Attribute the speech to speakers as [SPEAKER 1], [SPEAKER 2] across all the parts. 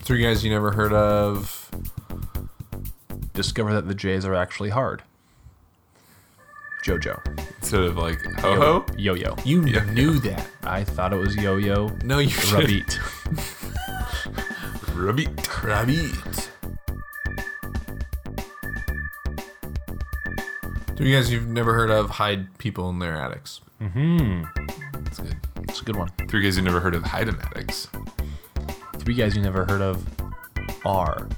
[SPEAKER 1] Three guys you never heard of.
[SPEAKER 2] Discover that the J's are actually hard. JoJo.
[SPEAKER 1] Sort of like ho ho.
[SPEAKER 2] Yo yo.
[SPEAKER 1] You knew that.
[SPEAKER 2] I thought it was yo yo.
[SPEAKER 1] No, you
[SPEAKER 2] Rabit.
[SPEAKER 1] Rabbit. Rabbit. Three guys you've never heard of hide people in their attics. Mm-hmm.
[SPEAKER 2] That's good. It's a good one.
[SPEAKER 1] Three guys you've never heard of hide in attics.
[SPEAKER 2] Three guys you never heard of are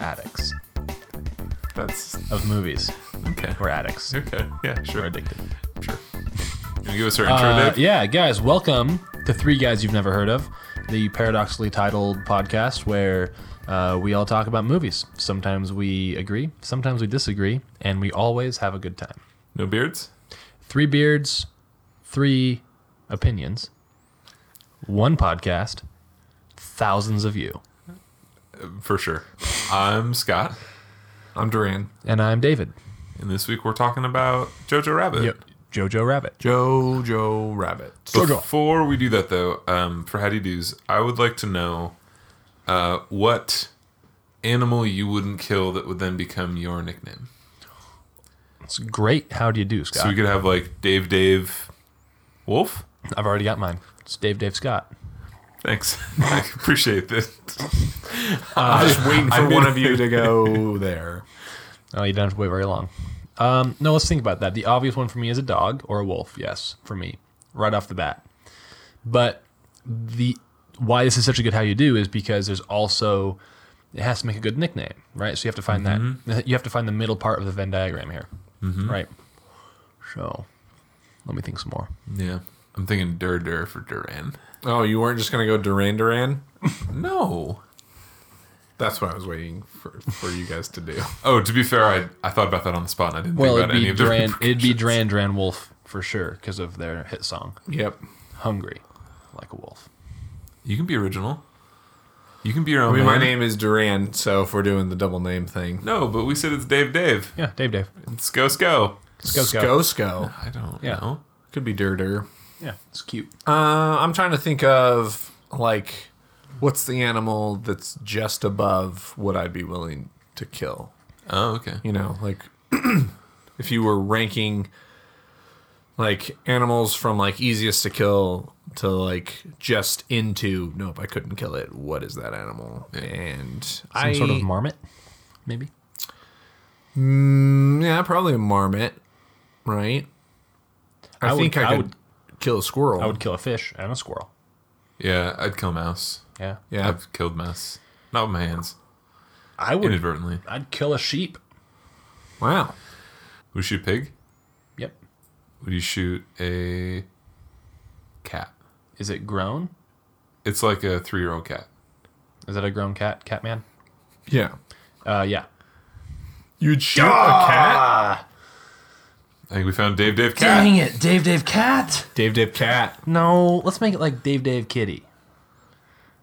[SPEAKER 2] addicts
[SPEAKER 1] That's
[SPEAKER 2] of movies.
[SPEAKER 1] okay.
[SPEAKER 2] We're addicts.
[SPEAKER 1] Okay. Yeah. Sure.
[SPEAKER 2] We're addicted.
[SPEAKER 1] Sure. Can you give us our intro,
[SPEAKER 2] Uh,
[SPEAKER 1] Dave?
[SPEAKER 2] yeah, guys, welcome to Three Guys You've Never Heard of, the paradoxically titled podcast where uh, we all talk about movies. Sometimes we agree, sometimes we disagree, and we always have a good time.
[SPEAKER 1] No beards.
[SPEAKER 2] Three beards, three opinions, one podcast, thousands of you.
[SPEAKER 1] For sure. I'm Scott. I'm Duran.
[SPEAKER 2] And I'm David.
[SPEAKER 1] And this week we're talking about Jojo Rabbit.
[SPEAKER 2] Jojo Rabbit.
[SPEAKER 1] Jojo Rabbit.
[SPEAKER 2] Jojo.
[SPEAKER 1] Before we do that, though, um, for How Do You Do's, I would like to know uh, what animal you wouldn't kill that would then become your nickname.
[SPEAKER 2] It's great. How do you do, Scott?
[SPEAKER 1] So we could have like Dave Dave Wolf.
[SPEAKER 2] I've already got mine. It's Dave Dave Scott.
[SPEAKER 1] Thanks. I appreciate that.
[SPEAKER 3] I'm just waiting for
[SPEAKER 1] I
[SPEAKER 3] one
[SPEAKER 1] mean-
[SPEAKER 3] of you to go there.
[SPEAKER 2] Oh, you don't have to wait very long. Um, no, let's think about that. The obvious one for me is a dog or a wolf. Yes, for me, right off the bat. But the why this is such a good how you do is because there's also it has to make a good nickname, right? So you have to find
[SPEAKER 1] Mm-hmm.
[SPEAKER 2] that. You have to find the middle part of the Venn diagram here, right? So let me think some more.
[SPEAKER 1] Yeah. I'm thinking Dur Dur for Duran.
[SPEAKER 3] Oh, you weren't just gonna go Duran Duran?
[SPEAKER 1] No.
[SPEAKER 3] That's what I was waiting for for you guys to do.
[SPEAKER 1] Oh, to be fair, I, I thought about that on the spot and I didn't
[SPEAKER 2] Well,
[SPEAKER 1] think
[SPEAKER 2] it'd
[SPEAKER 1] about any
[SPEAKER 2] be
[SPEAKER 1] of the
[SPEAKER 2] Duran. It'd be
[SPEAKER 1] repercussions.
[SPEAKER 2] Duran Duran Wolf for sure because of their hit song
[SPEAKER 3] Yep.
[SPEAKER 2] "Hungry Like a Wolf."
[SPEAKER 1] You can be original. You can be your own
[SPEAKER 3] I mean,
[SPEAKER 2] Uh-huh.
[SPEAKER 3] my
[SPEAKER 1] man.
[SPEAKER 3] name is Duran, so if we're doing the double name thing,
[SPEAKER 1] No, but we said it's Dave Dave.
[SPEAKER 2] Yeah, Dave Dave.
[SPEAKER 1] It's go go.
[SPEAKER 2] Skosko.
[SPEAKER 3] Skosko.
[SPEAKER 1] I don't
[SPEAKER 2] Yeah.
[SPEAKER 1] know.
[SPEAKER 3] could be Dur Dur.
[SPEAKER 2] Yeah, it's cute.
[SPEAKER 3] Uh, I'm trying to think of like what's the animal that's just above what I'd be willing to kill.
[SPEAKER 1] Oh, okay.
[SPEAKER 3] you know, like if you were ranking like animals from like easiest to kill to like just into nope, I couldn't kill it. What is that animal? And
[SPEAKER 2] Some
[SPEAKER 3] I
[SPEAKER 2] sort of marmot, maybe.
[SPEAKER 3] Mm, yeah, probably a marmot, right? I,
[SPEAKER 2] I would-
[SPEAKER 3] think I,
[SPEAKER 2] I
[SPEAKER 3] could kill a squirrel.
[SPEAKER 2] I would kill a fish and a squirrel.
[SPEAKER 1] Yeah, I'd kill mouse.
[SPEAKER 2] Yeah.
[SPEAKER 3] yeah,
[SPEAKER 1] I've killed mouse. Not with my hands.
[SPEAKER 2] I would.
[SPEAKER 1] Inadvertently.
[SPEAKER 2] I'd kill a sheep.
[SPEAKER 3] wow.
[SPEAKER 1] Would you shoot a pig?
[SPEAKER 2] Yep.
[SPEAKER 1] Would you shoot a cat?
[SPEAKER 2] Is it grown?
[SPEAKER 1] It's like a three year old cat.
[SPEAKER 2] Is that a grown cat? Cat man?
[SPEAKER 3] Yeah,
[SPEAKER 2] Uh, yeah.
[SPEAKER 3] you'd shoot a cat.
[SPEAKER 1] I think we found Dave Dave Cat.
[SPEAKER 2] it, Dave Dave cat.
[SPEAKER 3] Dave, Dave, cat.
[SPEAKER 2] No, let's make it like Dave Dave kitty.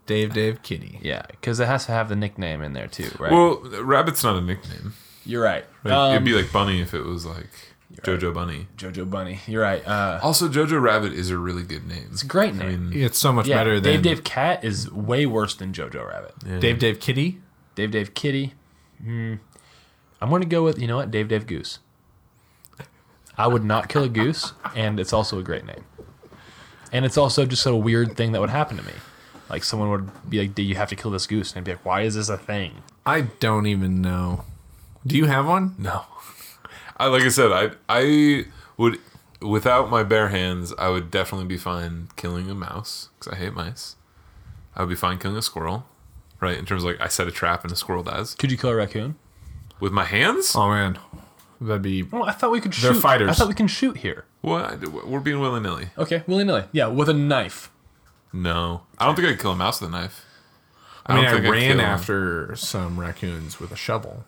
[SPEAKER 3] Dave, Dave, kitty.
[SPEAKER 2] Yeah, because it has to have the nickname in there too, right?
[SPEAKER 1] Well, rabbit's not a nickname.
[SPEAKER 2] You're right. Um,
[SPEAKER 1] Like, it'd be
[SPEAKER 3] Um,
[SPEAKER 1] like Bunny if it was like Jojo Bunny.
[SPEAKER 2] JoJo Bunny. You're right. Uh,
[SPEAKER 1] Also, Jojo Rabbit is a really good name.
[SPEAKER 2] it's a great name.
[SPEAKER 3] It's so much
[SPEAKER 2] yeah,
[SPEAKER 3] better
[SPEAKER 2] Dave
[SPEAKER 3] than
[SPEAKER 2] Dave cat is way worse than JoJo Rabbit.
[SPEAKER 3] Dave, Dave, kitty.
[SPEAKER 2] Dave Dave kitty. Hmm. I'm gonna go with you know what Dave Dave goose. I would not kill a goose, and it's also a great name. And it's also just a weird thing that would happen to me. Like someone would be like, "Do you have to kill this goose?" And I'd be like, "Why is this a thing?"
[SPEAKER 3] I don't even know. Do you have one?
[SPEAKER 1] No. I like I said, I I would without my bare hands, I would definitely be fine killing a mouse because I hate mice. I would be fine killing a squirrel, right? In terms of like I set a trap and a squirrel does
[SPEAKER 2] Could you kill a raccoon?
[SPEAKER 1] with my hands.
[SPEAKER 3] Oh man, that'd be
[SPEAKER 2] Well, I thought we could.
[SPEAKER 3] They're
[SPEAKER 2] shoot.
[SPEAKER 3] fighters.
[SPEAKER 2] I thought we can shoot here.
[SPEAKER 1] What? We're being willy nilly.
[SPEAKER 2] Okay, willy nilly. Yeah, with a knife.
[SPEAKER 1] No, I don't think I'd kill a mouse with a knife.
[SPEAKER 3] I mean,
[SPEAKER 1] don't
[SPEAKER 3] I,
[SPEAKER 1] think I'd
[SPEAKER 3] ran
[SPEAKER 1] kill-
[SPEAKER 3] after some raccoons with a shovel.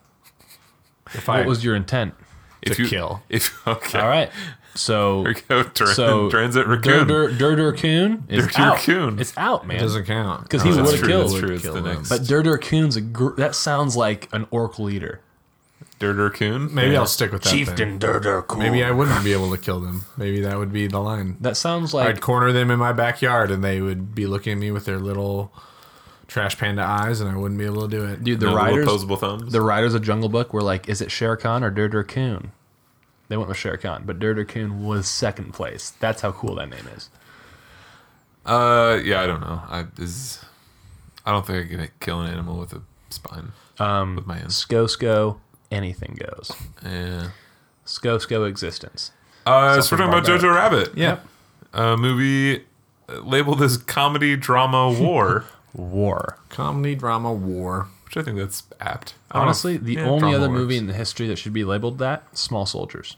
[SPEAKER 3] If I
[SPEAKER 2] What was your intent?
[SPEAKER 1] if
[SPEAKER 3] to kill.
[SPEAKER 1] If okay,
[SPEAKER 2] All right. So
[SPEAKER 1] Here we go. Tran-
[SPEAKER 2] so
[SPEAKER 1] transit raccoon.
[SPEAKER 2] Dur Dur Dur Coon is
[SPEAKER 1] Dur Dur
[SPEAKER 2] out.
[SPEAKER 1] Coon.
[SPEAKER 2] It's out, man.
[SPEAKER 3] doesn't count
[SPEAKER 2] 'Cause he
[SPEAKER 3] Oh, that's
[SPEAKER 2] would've
[SPEAKER 3] true,
[SPEAKER 2] killed-
[SPEAKER 3] that's
[SPEAKER 1] would
[SPEAKER 3] true,
[SPEAKER 1] kill
[SPEAKER 3] it's the
[SPEAKER 1] him.
[SPEAKER 3] next.
[SPEAKER 2] But Dur Dur Coon's a gr- that sounds like an oracle eater.
[SPEAKER 1] Dirter coon.
[SPEAKER 3] Maybe I'll stick with that. Then.
[SPEAKER 2] Dur Dur Coon.
[SPEAKER 3] Maybe I wouldn't be able to kill them. Maybe that would be the line.
[SPEAKER 2] That sounds
[SPEAKER 3] I'd
[SPEAKER 2] like
[SPEAKER 3] corner them in my backyard, and they would be looking at me with their little trash panda eyes, and I wouldn't be able to do it.
[SPEAKER 2] Dude, the
[SPEAKER 1] No little
[SPEAKER 2] riders,
[SPEAKER 1] opposable thumbs.
[SPEAKER 2] the writers of Jungle Book were like, is it Shere Khan or Dur Dur Coon? They went with Shere Khan, but Dur Dur Coon was second place. That's how cool that name is.
[SPEAKER 1] uh, yeah, I don't know. I is, I don't think I can kill an animal with a spine. Um, with my hands.
[SPEAKER 2] Skosko, anything goes.
[SPEAKER 1] Yeah.
[SPEAKER 2] Skosko existence.
[SPEAKER 1] Uh, so we're talking about
[SPEAKER 2] about
[SPEAKER 1] Jojo Rabbit.
[SPEAKER 3] yeah,
[SPEAKER 1] A movie uh, labeled as comedy drama war,
[SPEAKER 2] War.
[SPEAKER 3] comedy, drama, war.
[SPEAKER 1] which I think that's apt. I don't know.
[SPEAKER 2] Honestly, the
[SPEAKER 1] Oh, Yeah,
[SPEAKER 2] only
[SPEAKER 1] drama
[SPEAKER 2] other
[SPEAKER 1] works.
[SPEAKER 2] movie in the history that should be labeled that, Small Soldiers.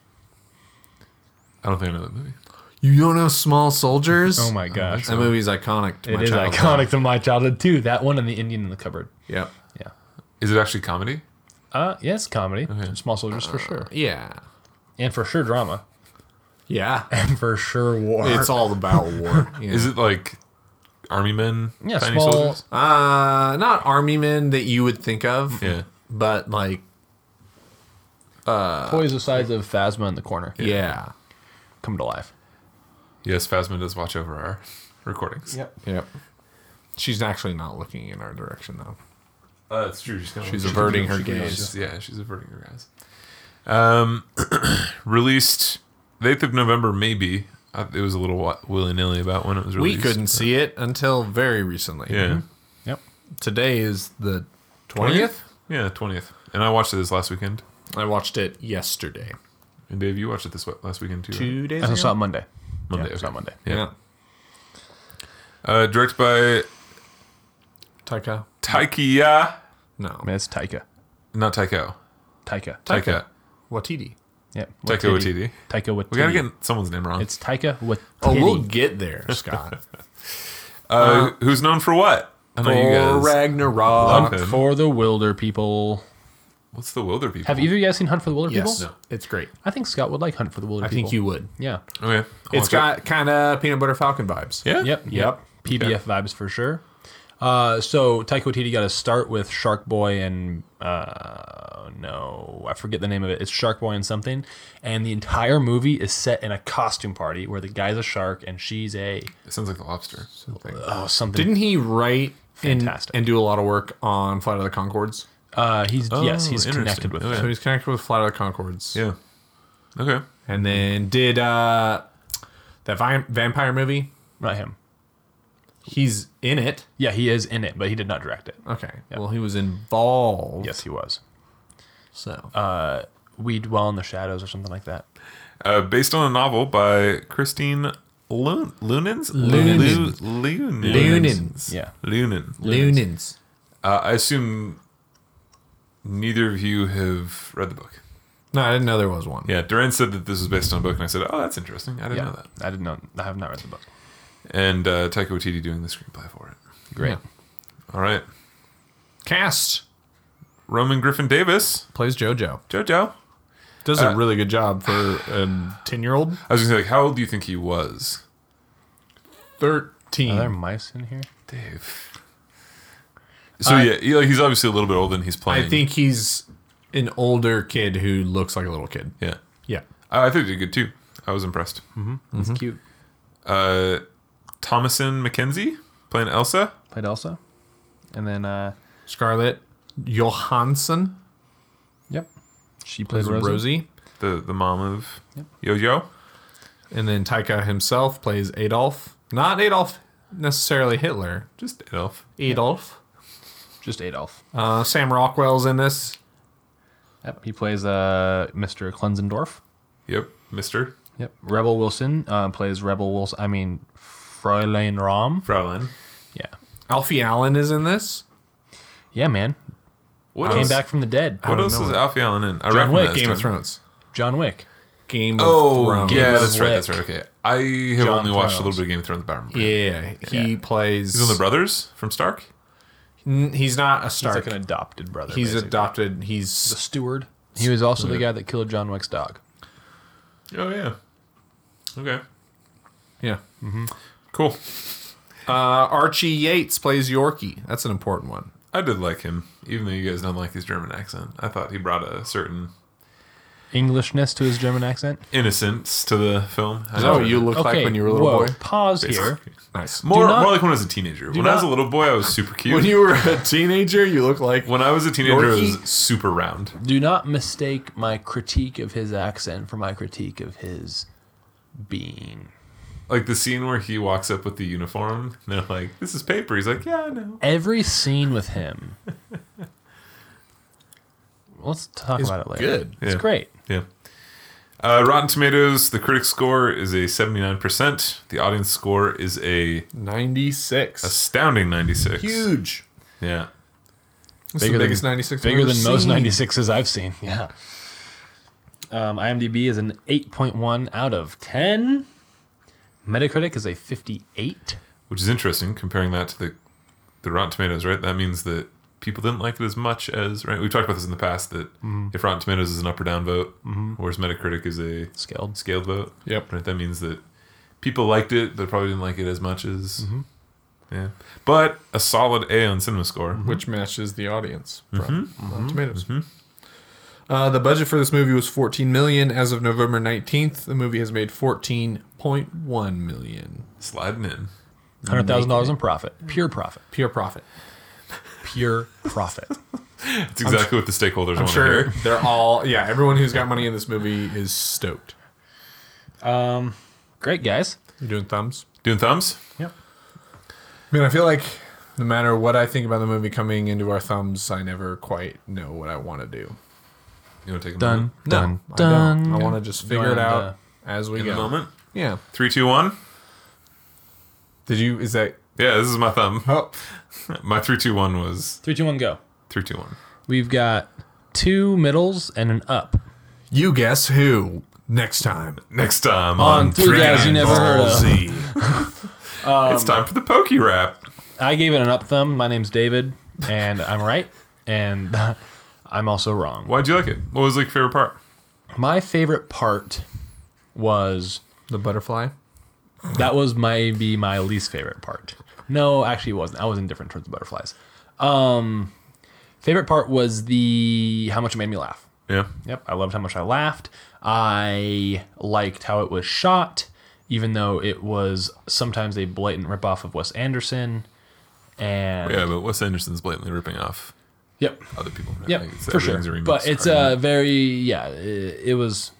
[SPEAKER 1] I don't think I know that movie.
[SPEAKER 3] You don't know Small Soldiers?
[SPEAKER 2] Oh my gosh.
[SPEAKER 3] That movie's iconic. To
[SPEAKER 2] It
[SPEAKER 3] my
[SPEAKER 2] is
[SPEAKER 3] childhood.
[SPEAKER 2] iconic to my childhood too. That one and the Indian in the cupboard.
[SPEAKER 3] Yep.
[SPEAKER 2] Yeah.
[SPEAKER 1] Is it actually comedy?
[SPEAKER 2] Uh, yeah, it's comedy. Small soldiers for sure,
[SPEAKER 3] Yeah.
[SPEAKER 2] and for sure drama,
[SPEAKER 3] Yeah.
[SPEAKER 2] and for sure war.
[SPEAKER 3] It's all about war. Yeah.
[SPEAKER 1] Is it like army men?
[SPEAKER 2] Yeah, small-
[SPEAKER 3] uh, not army men that you would think of.
[SPEAKER 1] Yeah.
[SPEAKER 3] But like,
[SPEAKER 2] toys the size of Phasma in the corner
[SPEAKER 3] yeah.
[SPEAKER 2] come to life.
[SPEAKER 1] Yes, Phasma does watch over our recordings.
[SPEAKER 2] Yep.
[SPEAKER 3] Yep. She's actually not looking in our direction though.
[SPEAKER 1] Uh, that's true. She's,
[SPEAKER 3] She's averting her gaze.
[SPEAKER 1] Yeah, she's averting her eyes. Um, released the eighth of November, maybe. Uh, It was a little willy nilly about when it was
[SPEAKER 3] We
[SPEAKER 1] released.
[SPEAKER 3] couldn't see it until very recently.
[SPEAKER 1] Yeah,
[SPEAKER 2] Yep.
[SPEAKER 3] Today is the
[SPEAKER 1] twentieth.
[SPEAKER 3] twentieth.
[SPEAKER 1] Yeah, twentieth. And I watched it this last weekend.
[SPEAKER 3] I watched it yesterday.
[SPEAKER 1] And Dave, you watched it this wa- last weekend too. right?
[SPEAKER 3] Two days
[SPEAKER 2] I
[SPEAKER 3] ago.
[SPEAKER 2] saw it Monday.
[SPEAKER 1] Monday,
[SPEAKER 2] Yeah, I
[SPEAKER 1] okay.
[SPEAKER 2] saw it Monday.
[SPEAKER 1] Yeah.
[SPEAKER 3] yeah.
[SPEAKER 1] Uh, directed by
[SPEAKER 3] Taika.
[SPEAKER 1] Taika,
[SPEAKER 3] No.
[SPEAKER 2] I mean, it's Taika.
[SPEAKER 1] not Taiko.
[SPEAKER 2] Taika.
[SPEAKER 1] Taika.
[SPEAKER 3] Watiti.
[SPEAKER 2] Yeah.
[SPEAKER 1] Taika Waititi.
[SPEAKER 2] Taika Waititi.
[SPEAKER 1] We gotta get someone's name wrong.
[SPEAKER 2] It's Taika Waititi.
[SPEAKER 3] Oh, we'll get there, Scott.
[SPEAKER 1] uh, who's known for what? I know you
[SPEAKER 3] For
[SPEAKER 1] guys.
[SPEAKER 3] Ragnarok.
[SPEAKER 1] him.
[SPEAKER 2] for the Wilder people.
[SPEAKER 1] What's the Wilder people?
[SPEAKER 2] Have either of you guys seen Hunt for the Wilder
[SPEAKER 3] Yes,
[SPEAKER 2] people?
[SPEAKER 3] it's great.
[SPEAKER 2] I think Scott would like Hunt for the Wilder
[SPEAKER 3] I
[SPEAKER 2] people.
[SPEAKER 3] think you would.
[SPEAKER 2] Yeah.
[SPEAKER 1] Okay. I'll
[SPEAKER 3] It's
[SPEAKER 1] watch
[SPEAKER 3] got kind of peanut butter falcon vibes.
[SPEAKER 1] It. Yeah.
[SPEAKER 2] Yep. Yep. PBF vibes for sure. Uh, so Taika Waititi got to start with Shark Boy and uh, no, I forget the name of it. It's Shark Boy and something, and the entire movie is set in a costume party where the guy's a shark and she's a
[SPEAKER 1] It sounds like the lobster.
[SPEAKER 2] oh something.
[SPEAKER 3] Didn't he write and-
[SPEAKER 2] Fantastic.
[SPEAKER 3] and do a lot of work on Flight of the Concords?
[SPEAKER 2] uh, he's yes,
[SPEAKER 1] Oh,
[SPEAKER 2] he's
[SPEAKER 1] interesting.
[SPEAKER 2] connected with.
[SPEAKER 1] Okay.
[SPEAKER 3] So he's connected with Flight of the Concords.
[SPEAKER 1] Yeah. Okay.
[SPEAKER 3] And then did uh, that vi- vampire movie?
[SPEAKER 2] Not him.
[SPEAKER 3] He's in it.
[SPEAKER 2] Yeah, he is in it, but he did not direct it.
[SPEAKER 3] Okay. Well, he was involved.
[SPEAKER 2] Yes, he was.
[SPEAKER 3] So
[SPEAKER 2] We dwell in the shadows or something like that.
[SPEAKER 1] Uh, based on a novel by Christine Lu- Lunins.
[SPEAKER 3] Lunin.
[SPEAKER 1] Lu- Lunin.
[SPEAKER 3] Lunin.
[SPEAKER 2] Yeah.
[SPEAKER 1] Lunin.
[SPEAKER 3] Lunins.
[SPEAKER 1] Uh, I assume neither of you have read the book.
[SPEAKER 3] No, I didn't know there was one.
[SPEAKER 1] Yeah. Duran said that this was based on a book, and I said, "Oh, that's interesting. I didn't know
[SPEAKER 2] Yeah,
[SPEAKER 1] that."
[SPEAKER 2] I did not. I have not read the book.
[SPEAKER 1] And uh, Taika Waititi doing the screenplay for it.
[SPEAKER 2] Great.
[SPEAKER 3] Yeah.
[SPEAKER 1] All right.
[SPEAKER 3] Cast
[SPEAKER 1] Roman Griffin Davis,
[SPEAKER 3] plays JoJo.
[SPEAKER 1] JoJo.
[SPEAKER 3] Does a really good job for a ten-year-old.
[SPEAKER 1] I was gonna say, like, how old do you think he was,
[SPEAKER 3] Thirteen.
[SPEAKER 2] Are there mice in here?
[SPEAKER 1] Dave? So yeah, he, like, he's obviously a little bit older than he's playing.
[SPEAKER 3] I think he's an older kid who looks like a little kid.
[SPEAKER 1] Yeah,
[SPEAKER 3] Yeah.
[SPEAKER 1] I, I think he did good too. I was impressed.
[SPEAKER 2] It's cute.
[SPEAKER 1] Uh, Thomason McKenzie playing Elsa.
[SPEAKER 2] Played Elsa, and then uh,
[SPEAKER 3] Scarlett Johansson
[SPEAKER 2] Yep. She played
[SPEAKER 3] plays Rosie.
[SPEAKER 2] Rosie.
[SPEAKER 1] the the mom of Yo Yo.
[SPEAKER 3] And then Taika himself plays Adolf. Not Adolf necessarily Hitler.
[SPEAKER 1] Just Adolf.
[SPEAKER 3] Adolf.
[SPEAKER 2] Just Adolf.
[SPEAKER 3] Uh, Sam Rockwell's in this.
[SPEAKER 2] Yep. He plays uh, Mr. Klenzendorf.
[SPEAKER 1] Yep, Mister
[SPEAKER 2] Yep. Rebel Wilson uh, plays Rebel Wilson. I mean, Fräulein Rom.
[SPEAKER 1] Fraulein.
[SPEAKER 2] Yeah.
[SPEAKER 3] Alfie Allen is in this.
[SPEAKER 2] Yeah, man.
[SPEAKER 1] What
[SPEAKER 2] Came
[SPEAKER 1] else?
[SPEAKER 2] back from the dead.
[SPEAKER 1] What
[SPEAKER 3] don't
[SPEAKER 1] else
[SPEAKER 3] know
[SPEAKER 1] is
[SPEAKER 3] it.
[SPEAKER 1] Alfie Allen in? I
[SPEAKER 2] John Wick,
[SPEAKER 1] recognized
[SPEAKER 3] Game
[SPEAKER 1] him.
[SPEAKER 3] of Thrones.
[SPEAKER 2] John Wick.
[SPEAKER 3] Game of
[SPEAKER 1] Oh,
[SPEAKER 3] Thrones.
[SPEAKER 1] yeah,
[SPEAKER 2] Game of
[SPEAKER 1] that's right. That's right.
[SPEAKER 2] Thrones.
[SPEAKER 1] Okay, I have
[SPEAKER 3] John
[SPEAKER 1] only watched a
[SPEAKER 3] Thrones.
[SPEAKER 1] little bit of Game of Thrones, but I remember.
[SPEAKER 3] Yeah. He plays.
[SPEAKER 1] He's one of the brothers from Stark.
[SPEAKER 3] N- he's not a
[SPEAKER 2] He's
[SPEAKER 3] Stark.
[SPEAKER 2] like an adopted brother.
[SPEAKER 3] He's
[SPEAKER 2] basically.
[SPEAKER 3] adopted.
[SPEAKER 2] the
[SPEAKER 3] He's
[SPEAKER 2] steward. He was also the guy that killed John Wick's dog.
[SPEAKER 1] Oh yeah. Okay.
[SPEAKER 3] yeah.
[SPEAKER 1] Cool.
[SPEAKER 3] Uh, Archie Yates plays Yorkie. That's an important one.
[SPEAKER 1] I did like him, even though you guys don't like his German accent. I thought he brought a certain
[SPEAKER 2] Englishness to his German accent.
[SPEAKER 1] innocence to the film.
[SPEAKER 3] Is that what you looked like when you were a little
[SPEAKER 2] Oh, whoa,
[SPEAKER 3] boy?
[SPEAKER 2] Pause here.
[SPEAKER 1] Basically.
[SPEAKER 3] Nice.
[SPEAKER 1] More,
[SPEAKER 2] not-
[SPEAKER 1] more like when I was a teenager. When I was a
[SPEAKER 2] not-
[SPEAKER 1] little boy, I was super cute.
[SPEAKER 3] When you were a teenager, you look like
[SPEAKER 1] when I was a teenager, I
[SPEAKER 3] Yorkie?
[SPEAKER 1] was super round.
[SPEAKER 2] Do not mistake my critique of his accent for my critique of his being.
[SPEAKER 1] Like the scene where he walks up with the uniform, and they're like, "This is paper." He's like, "Yeah, I know."
[SPEAKER 2] Every scene with him. Let's talk about it later.
[SPEAKER 3] good.
[SPEAKER 2] It's
[SPEAKER 1] Yeah.
[SPEAKER 2] great.
[SPEAKER 1] Yeah. Uh, Rotten Tomatoes. The critic score is a seventy-nine percent. The audience score is a
[SPEAKER 3] ninety six.
[SPEAKER 1] astounding ninety-six.
[SPEAKER 3] Huge.
[SPEAKER 1] Yeah.
[SPEAKER 3] It's
[SPEAKER 2] Bigger
[SPEAKER 3] the
[SPEAKER 2] than-
[SPEAKER 3] biggest ninety six.
[SPEAKER 2] Bigger than most 96s I've seen. Yeah. Um, IMDb is an 8.1 out of 10. Metacritic is a 58.
[SPEAKER 1] Which is interesting, comparing that to the the Rotten Tomatoes, right? That means that people didn't like it as much as right. We've talked about this in the past that
[SPEAKER 3] Mm-hmm.
[SPEAKER 1] if Rotten Tomatoes is an up or down vote, whereas Metacritic is a
[SPEAKER 2] Scaled.
[SPEAKER 1] scaled vote,
[SPEAKER 3] Yep.
[SPEAKER 1] right? That means that people liked it, but probably didn't like it as much as
[SPEAKER 2] Mm-hmm.
[SPEAKER 1] yeah. But a solid A on Cinema Score.
[SPEAKER 2] Mm-hmm.
[SPEAKER 3] which matches the audience from Rotten Tomatoes. Uh, the budget for this movie was 14 million as of November 19th. The movie has made 14.1 million
[SPEAKER 1] Sliding in.
[SPEAKER 2] $100,000 in profit. Pure profit.
[SPEAKER 3] pure profit.
[SPEAKER 2] Pure profit.
[SPEAKER 1] It's exactly what the stakeholders
[SPEAKER 3] I'm
[SPEAKER 1] want to
[SPEAKER 3] sure
[SPEAKER 1] hear.
[SPEAKER 3] they're all yeah. Everyone who's got money in this movie is stoked.
[SPEAKER 2] Great, guys.
[SPEAKER 3] You're doing thumbs.
[SPEAKER 1] Doing thumbs.
[SPEAKER 2] Yep.
[SPEAKER 3] I mean, I feel like no matter what I think about the movie coming into our thumbs, I never quite know what I want to do.
[SPEAKER 1] You want to take a
[SPEAKER 2] Done.
[SPEAKER 1] moment?
[SPEAKER 2] Done.
[SPEAKER 3] I don't.
[SPEAKER 2] Done.
[SPEAKER 3] I want to just figure
[SPEAKER 2] Done,
[SPEAKER 3] it out
[SPEAKER 2] uh,
[SPEAKER 3] as we
[SPEAKER 1] In
[SPEAKER 3] go.
[SPEAKER 1] the moment.
[SPEAKER 3] Yeah.
[SPEAKER 1] Three, two, one.
[SPEAKER 3] Did you? Is that?
[SPEAKER 1] Yeah, this is my thumb.
[SPEAKER 3] Oh,
[SPEAKER 1] My three, two, one was
[SPEAKER 2] Three, two, one, go.
[SPEAKER 1] three, two, one.
[SPEAKER 2] We've got two middles and an up.
[SPEAKER 3] you guess who next time.
[SPEAKER 1] Next time
[SPEAKER 2] On
[SPEAKER 1] on,
[SPEAKER 2] Three Guys You
[SPEAKER 1] Dragon
[SPEAKER 2] Never Heard
[SPEAKER 1] Ball
[SPEAKER 2] Of.
[SPEAKER 1] Z. it's time for the pokey rap.
[SPEAKER 2] I gave it an up thumb. My name's David, and I'm right, and I'm also wrong.
[SPEAKER 1] Why'd you like it? What was like your favorite part?
[SPEAKER 2] My favorite part was
[SPEAKER 3] The butterfly.
[SPEAKER 2] that was maybe my least favorite part. No, actually, it wasn't. I was indifferent towards the butterflies. Um, favorite part was the how much it made me laugh.
[SPEAKER 1] Yeah,
[SPEAKER 2] Yep, I loved how much I laughed. I liked how it was shot, even though it was sometimes a blatant ripoff of Wes Anderson. And
[SPEAKER 1] yeah, but Wes Anderson's blatantly ripping off
[SPEAKER 2] yep,
[SPEAKER 1] other people. right?
[SPEAKER 2] Yep,
[SPEAKER 1] Like, it's-
[SPEAKER 2] for sure.
[SPEAKER 1] everything's a remix.
[SPEAKER 2] But it's uh,
[SPEAKER 1] Sorry.
[SPEAKER 2] a very yeah. It, it was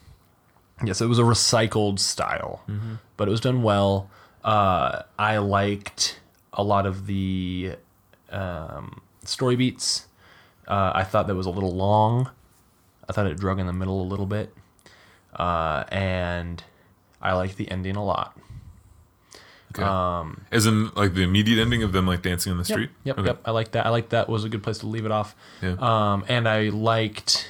[SPEAKER 2] yes, it was a recycled style,
[SPEAKER 1] Mm-hmm.
[SPEAKER 2] but it was done well. Uh, I liked a lot of the um, story beats. Uh, I thought that was a little long. I thought it drug in the middle a little bit, uh, and I liked the ending a lot.
[SPEAKER 1] okay. um, as in like the immediate ending of them like dancing on the street.
[SPEAKER 2] Yep,
[SPEAKER 1] Okay.
[SPEAKER 2] yep. I like that. I like that was a good place to leave it off.
[SPEAKER 1] Yeah.
[SPEAKER 2] Um, and I liked,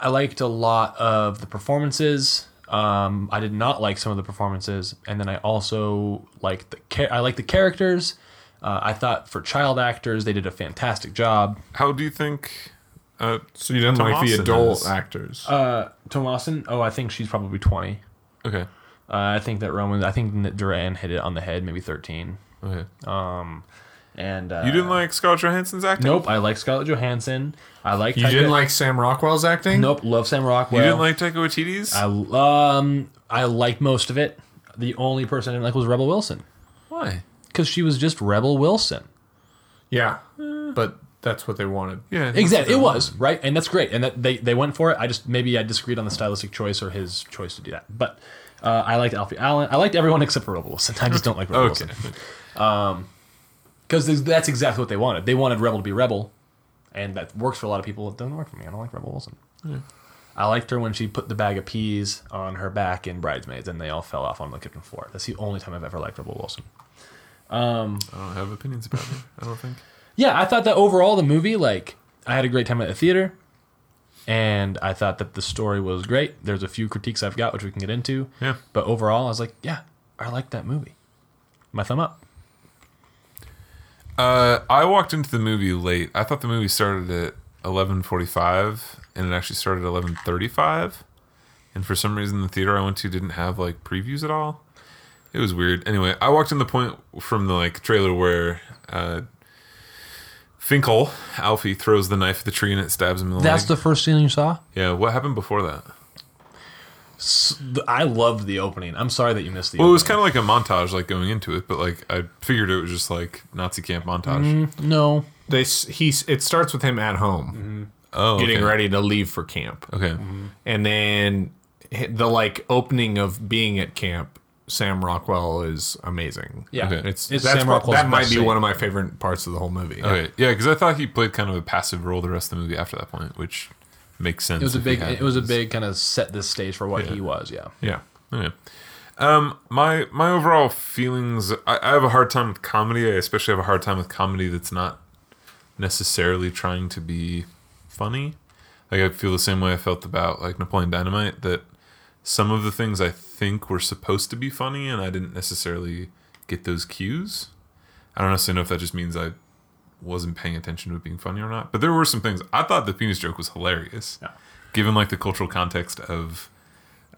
[SPEAKER 2] I liked a lot of the performances. Um, I did not like some of the performances, and then I also liked the char- I liked the characters. Uh, I thought for child actors, they did a fantastic job.
[SPEAKER 1] How do you think? Uh,
[SPEAKER 3] So you didn't
[SPEAKER 1] Tom
[SPEAKER 3] like the
[SPEAKER 1] Austin
[SPEAKER 3] adult
[SPEAKER 1] is-
[SPEAKER 3] actors.
[SPEAKER 2] Uh, Tomasin, oh, I think she's probably twenty.
[SPEAKER 1] okay,
[SPEAKER 2] Uh, I think that Roman, I think that Duran hit it on the head, maybe thirteen.
[SPEAKER 1] okay.
[SPEAKER 2] Uh, And uh,
[SPEAKER 1] you didn't like Scarlett Johansson's acting.
[SPEAKER 2] Nope, I like Scarlett Johansson. I like.
[SPEAKER 3] you didn't like Sam Rockwell's acting?
[SPEAKER 2] Nope, love Sam Rockwell.
[SPEAKER 1] You didn't like Taika Waititi's.
[SPEAKER 2] I um I liked most of it. The only person I didn't like was Rebel Wilson
[SPEAKER 1] Why?
[SPEAKER 2] because she was just Rebel Wilson.
[SPEAKER 3] Yeah.
[SPEAKER 2] Uh.
[SPEAKER 3] But that's what they wanted.
[SPEAKER 1] Yeah,
[SPEAKER 2] Exactly, it was right, and that's great, and that they they went for it. I just maybe I disagreed on the stylistic choice or his choice to do that, but. Uh, I liked Alfie Allen. I liked everyone except for Rebel Wilson. I just don't like Rebel
[SPEAKER 1] Okay.
[SPEAKER 2] Wilson because that's exactly what they wanted. They wanted Rebel to be Rebel, and that works for a lot of people. It doesn't work for me. I don't like Rebel Wilson. I liked her when she put the bag of peas on her back in Bridesmaids, and they all fell off on the kitchen floor. That's the only time I've ever liked Rebel Wilson.
[SPEAKER 1] I don't have opinions about it. I don't think.
[SPEAKER 2] yeah, I thought that overall the movie, like, I had a great time at the theater, and I thought that the story was great. There's a few critiques I've got, which we can get into.
[SPEAKER 1] Yeah.
[SPEAKER 2] But overall, I was like, yeah, I like that movie. My thumb up.
[SPEAKER 1] Uh, I walked into the movie late. I thought the movie started at eleven forty-five, and it actually started at eleven thirty-five. And for some reason, the theater I went to didn't have like previews at all. It was weird. Anyway, I walked in the point from the like trailer where uh, Finkel, Alfie throws the knife at the tree and it stabs him in the
[SPEAKER 2] That's
[SPEAKER 1] leg.
[SPEAKER 2] the first scene you saw.
[SPEAKER 1] yeah, what happened before that?
[SPEAKER 2] I loved the opening. I'm sorry that you missed the.
[SPEAKER 1] Well, it was kind of like a montage, like going into it, but like I figured it was just like Nazi camp montage.
[SPEAKER 2] of no.
[SPEAKER 3] They s- he s- it starts with him at home
[SPEAKER 1] Oh,
[SPEAKER 3] getting
[SPEAKER 1] okay.
[SPEAKER 3] ready Mm-hmm. to leave for camp,
[SPEAKER 1] Okay,
[SPEAKER 3] and then h- the like opening of being at camp. Sam Rockwell is amazing.
[SPEAKER 2] Yeah.
[SPEAKER 1] Okay.
[SPEAKER 3] it's,
[SPEAKER 2] It's
[SPEAKER 3] that's
[SPEAKER 2] Sam
[SPEAKER 3] what-
[SPEAKER 2] Rockwell's
[SPEAKER 3] that might
[SPEAKER 2] best
[SPEAKER 3] be
[SPEAKER 2] scene.
[SPEAKER 3] one of my favorite parts of the whole movie.
[SPEAKER 1] okay, yeah, because I thought he played kind of a passive role the rest of the movie after that point, which makes sense.
[SPEAKER 2] It was a big. It was a big kind of set the stage for what he was. Yeah.
[SPEAKER 3] Yeah,
[SPEAKER 1] Okay. Um, my my overall feelings. I, I have a hard time with comedy. I especially have a hard time with comedy that's not necessarily trying to be funny. Like I feel the same way I felt about like Napoleon Dynamite. That some of the things I think were supposed to be funny, and I didn't necessarily get those cues. I don't necessarily know if that just means I wasn't paying attention to it being funny or not. But there were some things I thought the penis joke was hilarious, given like the cultural context of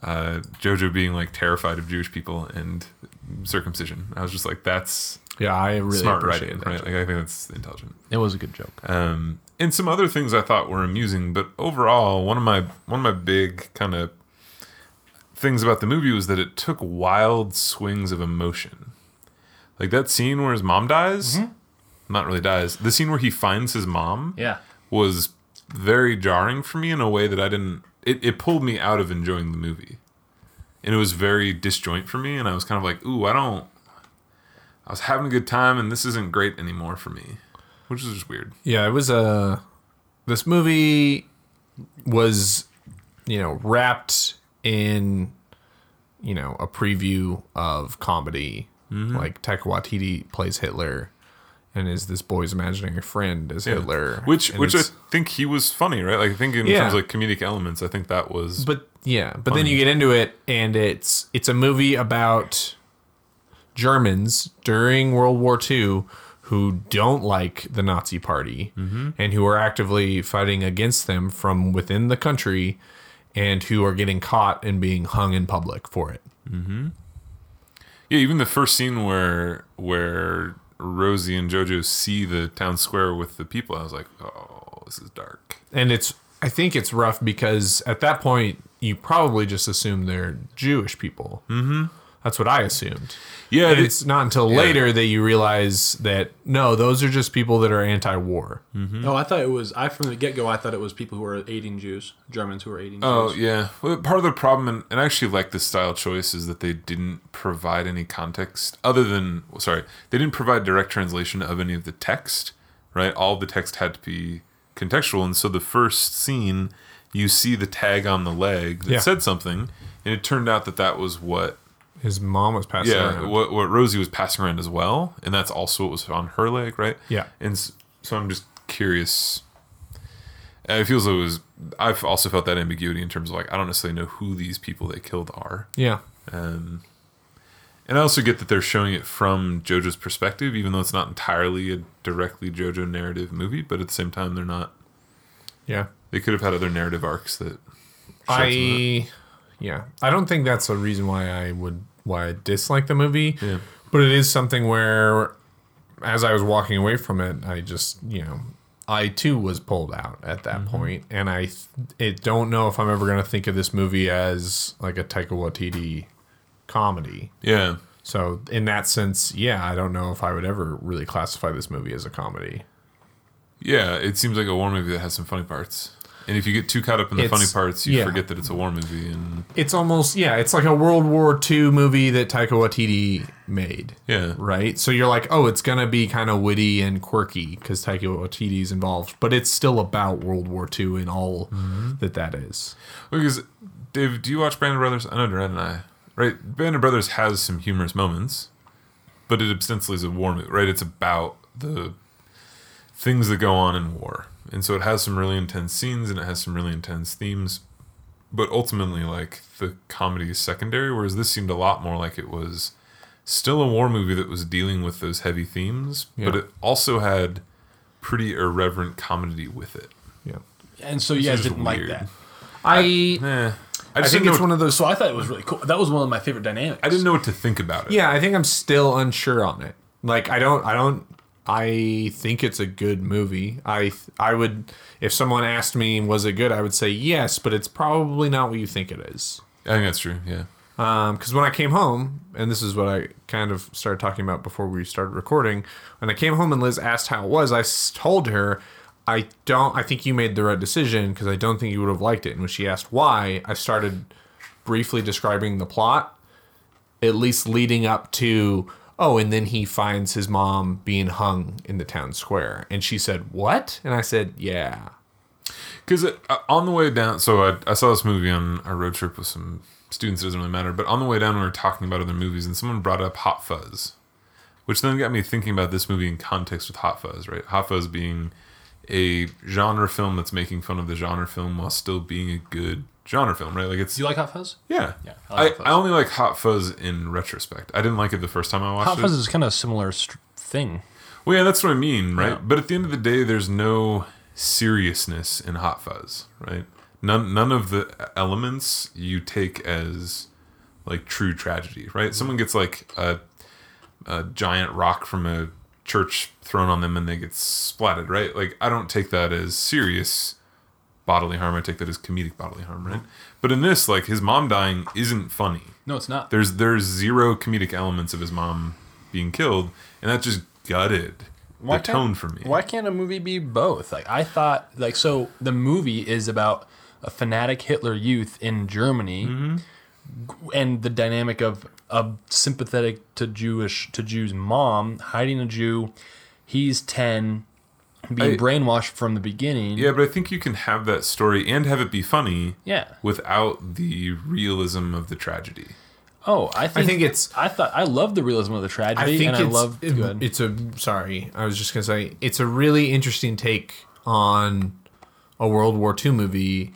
[SPEAKER 1] uh, JoJo being like terrified of Jewish people and circumcision. I was just like, that's
[SPEAKER 3] yeah, I really
[SPEAKER 1] smart
[SPEAKER 3] appreciate
[SPEAKER 1] writing,
[SPEAKER 3] that.
[SPEAKER 1] right? Like, I think that's intelligent.
[SPEAKER 2] It was a good joke.
[SPEAKER 1] Um, and some other things I thought were amusing, but overall, one of my one of my big kind of things about the movie was that it took wild swings of emotion. Like that scene where his mom dies, not really dies. The scene where he finds his mom,
[SPEAKER 2] yeah.
[SPEAKER 1] was very jarring for me in a way that I didn't. It, it pulled me out of enjoying the movie, and it was very disjoint for me. And I was kind of like, "Ooh, I don't." I was having a good time, and this isn't great anymore for me, which is just weird.
[SPEAKER 3] Yeah, it was a. This movie was, you know, wrapped in, you know, a preview of comedy.
[SPEAKER 2] Mm-hmm.
[SPEAKER 3] Like Taika Waititi plays Hitler, and is this boy's imaginary friend as Hitler,
[SPEAKER 1] Which,
[SPEAKER 3] and
[SPEAKER 1] which I
[SPEAKER 3] it's-
[SPEAKER 1] think he was funny, right? Like I think in
[SPEAKER 3] Yeah.
[SPEAKER 1] terms of like comedic elements, I think that was.
[SPEAKER 3] but yeah, but then you get into it, and it's it's a movie about Germans during World War II who don't like the Nazi Party and who are actively fighting against them from within the country, and who are getting caught and being hung in public for it.
[SPEAKER 1] Yeah, even the first scene where where Rosie and JoJo see the town square with the people, I was like, "Oh, this is dark."
[SPEAKER 3] and it's I think it's rough because at that point you probably just assume they're Jewish people. Mm-hmm. That's what I assumed.
[SPEAKER 1] Yeah,
[SPEAKER 3] And
[SPEAKER 1] it-
[SPEAKER 3] it's not until later that you realize that no, those are just people that are anti-war.
[SPEAKER 2] Hmm?
[SPEAKER 4] No, I thought it was. I from the get go, I thought it was people who were aiding Jews, Germans who were aiding.
[SPEAKER 1] Oh
[SPEAKER 4] Jews.
[SPEAKER 1] yeah. Well, part of the problem, and, and I actually like this style choice, is that they didn't provide any context other than sorry, they didn't provide direct translation of any of the text. Right, all the text had to be contextual, and so the first scene, you see the tag on the leg that
[SPEAKER 3] Yeah.
[SPEAKER 1] said something, and it turned out that that was what
[SPEAKER 3] His mom was passing
[SPEAKER 1] yeah,
[SPEAKER 3] around.
[SPEAKER 1] what, what Rosie was passing around as well, and that's also what was on her leg, right?
[SPEAKER 3] Yeah.
[SPEAKER 1] And s- so I'm just curious. Uh, It feels like it was. I've also felt that ambiguity in terms of like I don't necessarily know who these people they killed are,
[SPEAKER 3] yeah.
[SPEAKER 1] um, and I also get that they're showing it from JoJo's perspective, even though it's not entirely a directly JoJo narrative movie. But at the same time, they're not.
[SPEAKER 3] Yeah.
[SPEAKER 1] They could have had other narrative arcs that.
[SPEAKER 3] I yeah, I don't think that's a reason why I would why I dislike the movie.
[SPEAKER 1] Yeah.
[SPEAKER 3] But it is something where as I was walking away from it, I just, you know, I too was pulled out at that point, and I th- it don't know if I'm ever going to think of this movie as like a Taika Waititi comedy.
[SPEAKER 1] Yeah.
[SPEAKER 3] So in that sense, yeah, I don't know if I would ever really classify this movie as a comedy.
[SPEAKER 1] Yeah, it seems like a war movie that has some funny parts. And if you get too caught up in the funny
[SPEAKER 3] It's-
[SPEAKER 1] parts, you
[SPEAKER 3] yeah.
[SPEAKER 1] forget that it's a war movie. And
[SPEAKER 3] It's almost yeah, it's like a World War II movie that Taika Waititi made.
[SPEAKER 1] yeah,
[SPEAKER 3] right? So you're like, oh, it's gonna be kind of witty and quirky because Taika Waititi's involved, but it's still about World War II and all that that is.
[SPEAKER 1] because Dave, do you watch Band of Brothers? I know Duran and I, right? Band of Brothers has some humorous moments, but it ostensibly is a war movie, right? It's about the things that go on in war, and so it has some really intense scenes and it has some really intense themes. But ultimately, like the comedy is secondary, whereas this seemed a lot more like it was still a war movie that was dealing with those heavy themes, but
[SPEAKER 3] Yeah.
[SPEAKER 1] it also had pretty irreverent comedy with it.
[SPEAKER 3] Yeah,
[SPEAKER 2] And so yeah, I
[SPEAKER 1] is
[SPEAKER 2] didn't
[SPEAKER 1] weird.
[SPEAKER 2] like that.
[SPEAKER 3] I
[SPEAKER 1] Eh, I,
[SPEAKER 3] I
[SPEAKER 1] just
[SPEAKER 3] think
[SPEAKER 1] didn't
[SPEAKER 3] it's
[SPEAKER 1] know
[SPEAKER 3] one
[SPEAKER 1] what,
[SPEAKER 3] of those.
[SPEAKER 2] So I thought it was really cool. That was one of my favorite dynamics.
[SPEAKER 1] I didn't know what to think about it.
[SPEAKER 3] Yeah, I think I'm still unsure on it. Like I don't, I don't, I think it's a good movie. I th- I would if someone asked me was it good, I would say yes, but it's probably not what you think it is.
[SPEAKER 1] I think that's true. Yeah.
[SPEAKER 3] because Um, when I came home, and this is what I kind of started talking about before we started recording, when I came home and Liz asked how it was, I s- told her, I don't, I think you made the right decision because I don't think you would have liked it. And when she asked why, I started briefly describing the plot, at least leading up to, oh, and then he finds his mom being hung in the town square. And she said, what? And I said, yeah.
[SPEAKER 1] Because uh, on the way down, so I, I saw this movie on our road trip with some students. It doesn't really matter. But on the way down, we were talking about other movies, and someone brought up Hot Fuzz, which then got me thinking about this movie in context with Hot Fuzz, right? Hot Fuzz being a genre film that's making fun of the genre film while still being a good genre film, right? Like it's
[SPEAKER 4] Do you like Hot Fuzz?
[SPEAKER 1] yeah.
[SPEAKER 4] I
[SPEAKER 1] I,
[SPEAKER 4] like Hot Fuzz.
[SPEAKER 1] I, only like Hot Fuzz in retrospect. I didn't like it the first time I watched
[SPEAKER 2] Hot
[SPEAKER 1] it.
[SPEAKER 2] Fuzz is kind of a similar st- thing.
[SPEAKER 1] Well, yeah, that's what I mean, right? But at the end of the day, there's no seriousness in Hot Fuzz, right? None, none of the elements you take as like true tragedy, right? Someone gets like a, a giant rock from a church thrown on them and they get splatted, right? Like, I don't take that as serious bodily harm. I take that as comedic bodily harm, right? But in this, like, his mom dying isn't funny
[SPEAKER 4] No, it's not.
[SPEAKER 1] there's there's zero comedic elements of his mom being killed, and that just gutted the
[SPEAKER 2] can't-
[SPEAKER 1] tone for me.
[SPEAKER 2] Why can't a movie be both? Like I thought, like so the movie is about a fanatic Hitler youth in Germany, g- and the dynamic of a sympathetic to Jewish to Jews mom hiding a Jew. He's ten, being
[SPEAKER 1] I-
[SPEAKER 2] brainwashed from the beginning.
[SPEAKER 1] Yeah, but I think you can have that story and have it be funny
[SPEAKER 2] Yeah.
[SPEAKER 1] without the realism of the tragedy.
[SPEAKER 2] Oh, I think,
[SPEAKER 3] think it's-
[SPEAKER 2] I thought I love the realism of the tragedy, and I love.
[SPEAKER 3] it-
[SPEAKER 2] good.
[SPEAKER 3] it's a sorry. I was just gonna say it's a really interesting take on a World War II movie,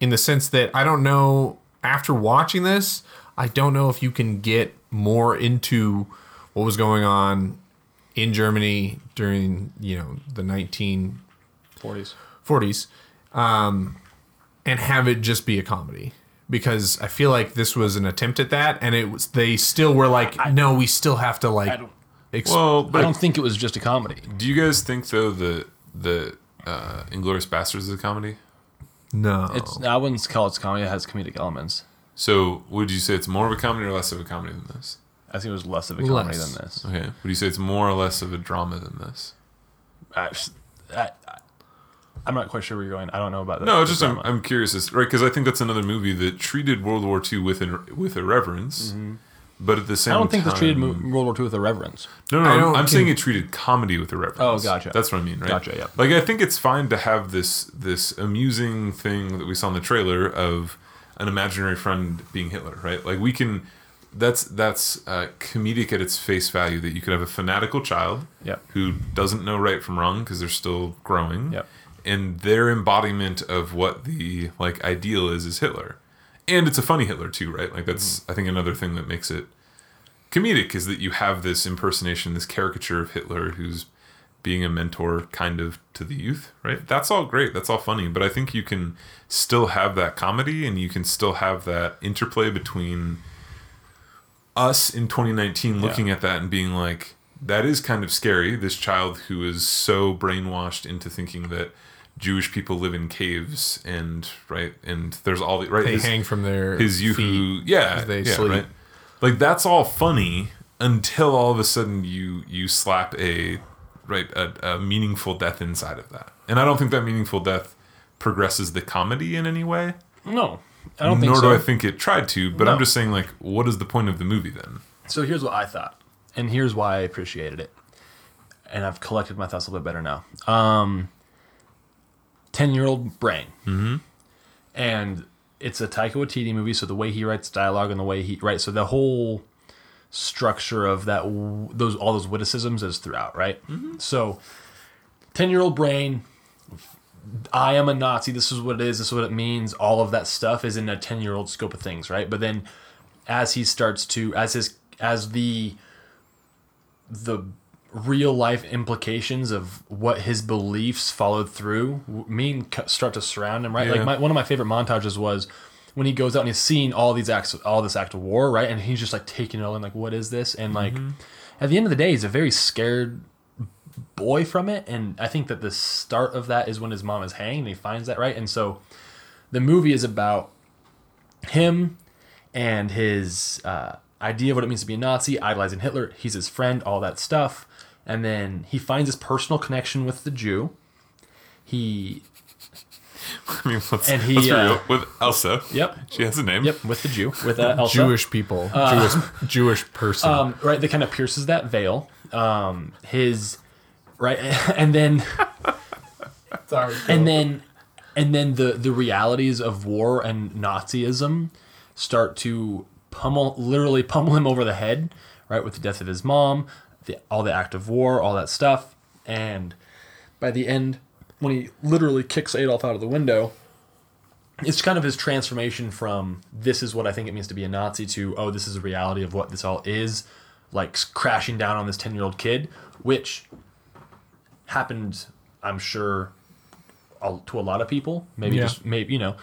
[SPEAKER 3] in the sense that I don't know after watching this, I don't know if you can get more into what was going on in Germany during you know the nineteen
[SPEAKER 4] 40s.
[SPEAKER 3] forties, um, and have it just be a comedy. Because I feel like this was an attempt at that, and it was they still were like, no, we still have to like.
[SPEAKER 2] don't-
[SPEAKER 3] ex-
[SPEAKER 1] Well,
[SPEAKER 2] I
[SPEAKER 1] but
[SPEAKER 2] don't think it was just a comedy.
[SPEAKER 1] do you guys think though the the uh, Inglorious Bastards is a comedy?
[SPEAKER 3] no,
[SPEAKER 2] It's I wouldn't call it comedy. It has comedic elements.
[SPEAKER 1] So would you say it's more of a comedy or less of a comedy than this?
[SPEAKER 2] I think it was less of a comedy
[SPEAKER 3] Less.
[SPEAKER 2] than this.
[SPEAKER 1] Okay. Would you say it's more or less of a drama than this?
[SPEAKER 2] I, I, I'm not quite sure where you're going. I don't know about that.
[SPEAKER 1] No,
[SPEAKER 2] the
[SPEAKER 1] it's just I'm,
[SPEAKER 2] drama.
[SPEAKER 1] I'm curious, as, right? Because I think that's another movie that treated World War II with ir- with irreverence, but at the same,
[SPEAKER 2] Mm-hmm. I don't think
[SPEAKER 1] time,
[SPEAKER 2] this treated Mo- World War II with irreverence.
[SPEAKER 1] No, no,
[SPEAKER 3] I
[SPEAKER 1] I'm-
[SPEAKER 3] don't
[SPEAKER 1] I'm
[SPEAKER 3] think-
[SPEAKER 1] saying it treated comedy with irreverence.
[SPEAKER 2] Oh, gotcha.
[SPEAKER 1] That's what I mean, right?
[SPEAKER 2] Gotcha, yeah.
[SPEAKER 1] Like I think it's fine to have this this amusing thing that we saw in the trailer of an imaginary friend being Hitler, right? Like we can. That's that's uh, comedic at its face value. That you could have a fanatical child
[SPEAKER 2] Yep.
[SPEAKER 1] who doesn't know right from wrong because they're still growing,
[SPEAKER 2] Yep.
[SPEAKER 1] Mm-hmm. and their embodiment of what the like ideal is is Hitler, and it's a funny Hitler too, right? Like that's I think another thing that makes it comedic is that you have this impersonation, this caricature of Hitler who's being a mentor kind of to the youth, right? That's all great. That's all funny. But I think you can still have that comedy and you can still have that interplay between us in 2019 looking at that and being like, that is kind of scary. This child who is so brainwashed into thinking that Jewish people live in caves and right and there's all the right
[SPEAKER 3] they
[SPEAKER 1] this-
[SPEAKER 3] hang from their
[SPEAKER 1] his you
[SPEAKER 3] feet.
[SPEAKER 1] who yeah
[SPEAKER 3] they
[SPEAKER 1] yeah,
[SPEAKER 3] sleep.
[SPEAKER 1] right? like that's all funny until all of a sudden you you slap a right a, a meaningful death inside of that and i don't think that meaningful death progresses the comedy in any way
[SPEAKER 2] No, I don't think
[SPEAKER 1] nor
[SPEAKER 2] so.
[SPEAKER 1] do i think it tried to but i'm
[SPEAKER 2] No.
[SPEAKER 1] just saying like what is the point of the movie then
[SPEAKER 2] so here's what I thought, and here's why I appreciated it, and I've collected my thoughts a little bit better now. Um, ten-year-old brain, mm-hmm. and it's a Taika Waititi movie, so the way he writes dialogue and the way he right, so the whole structure of that w- those all those witticisms is throughout, right? So, ten-year-old brain. I am a Nazi. This is what it is. This is what it means. All of that stuff is in a ten-year-old scope of things, right? But then as he starts to as his as the the real life implications of what his beliefs followed through w- mean c- start to surround him right
[SPEAKER 1] Yeah.
[SPEAKER 2] like my, one of my favorite montages was when he goes out and he's seeing all these acts all this act of war right and he's just like taking it all in like what is this and like at the end of the day he's a very scared boy from it, and I think that the start of that is when his mom is hanged, and he finds that right, and so the movie is about him and his uh, idea of what it means to be a Nazi, idolizing Hitler. He's his friend, all that stuff, and then he finds his personal connection with the Jew. He
[SPEAKER 1] I mean, let's,
[SPEAKER 2] And he,
[SPEAKER 1] let's be
[SPEAKER 2] uh,
[SPEAKER 1] real. with Elsa.
[SPEAKER 2] yep
[SPEAKER 1] She has a name.
[SPEAKER 2] yep with the Jew with uh, Elsa.
[SPEAKER 3] Jewish people, Jewish Jewish person.
[SPEAKER 2] Uh, um, right that kind of pierces that veil um, his right and then
[SPEAKER 3] Sorry.
[SPEAKER 2] and then and then the the realities of war and nazism start to pummel literally pummel him over the head right with the death of his mom the, all the act of war all that stuff and by the end when he literally kicks adolf out of the window it's kind of his transformation from this is what I think it means to be a Nazi to oh this is the reality of what this all is, like s- crashing down on this ten year old kid, which happened I'm sure a- to a lot of people maybe
[SPEAKER 3] Yeah.
[SPEAKER 2] just maybe you know,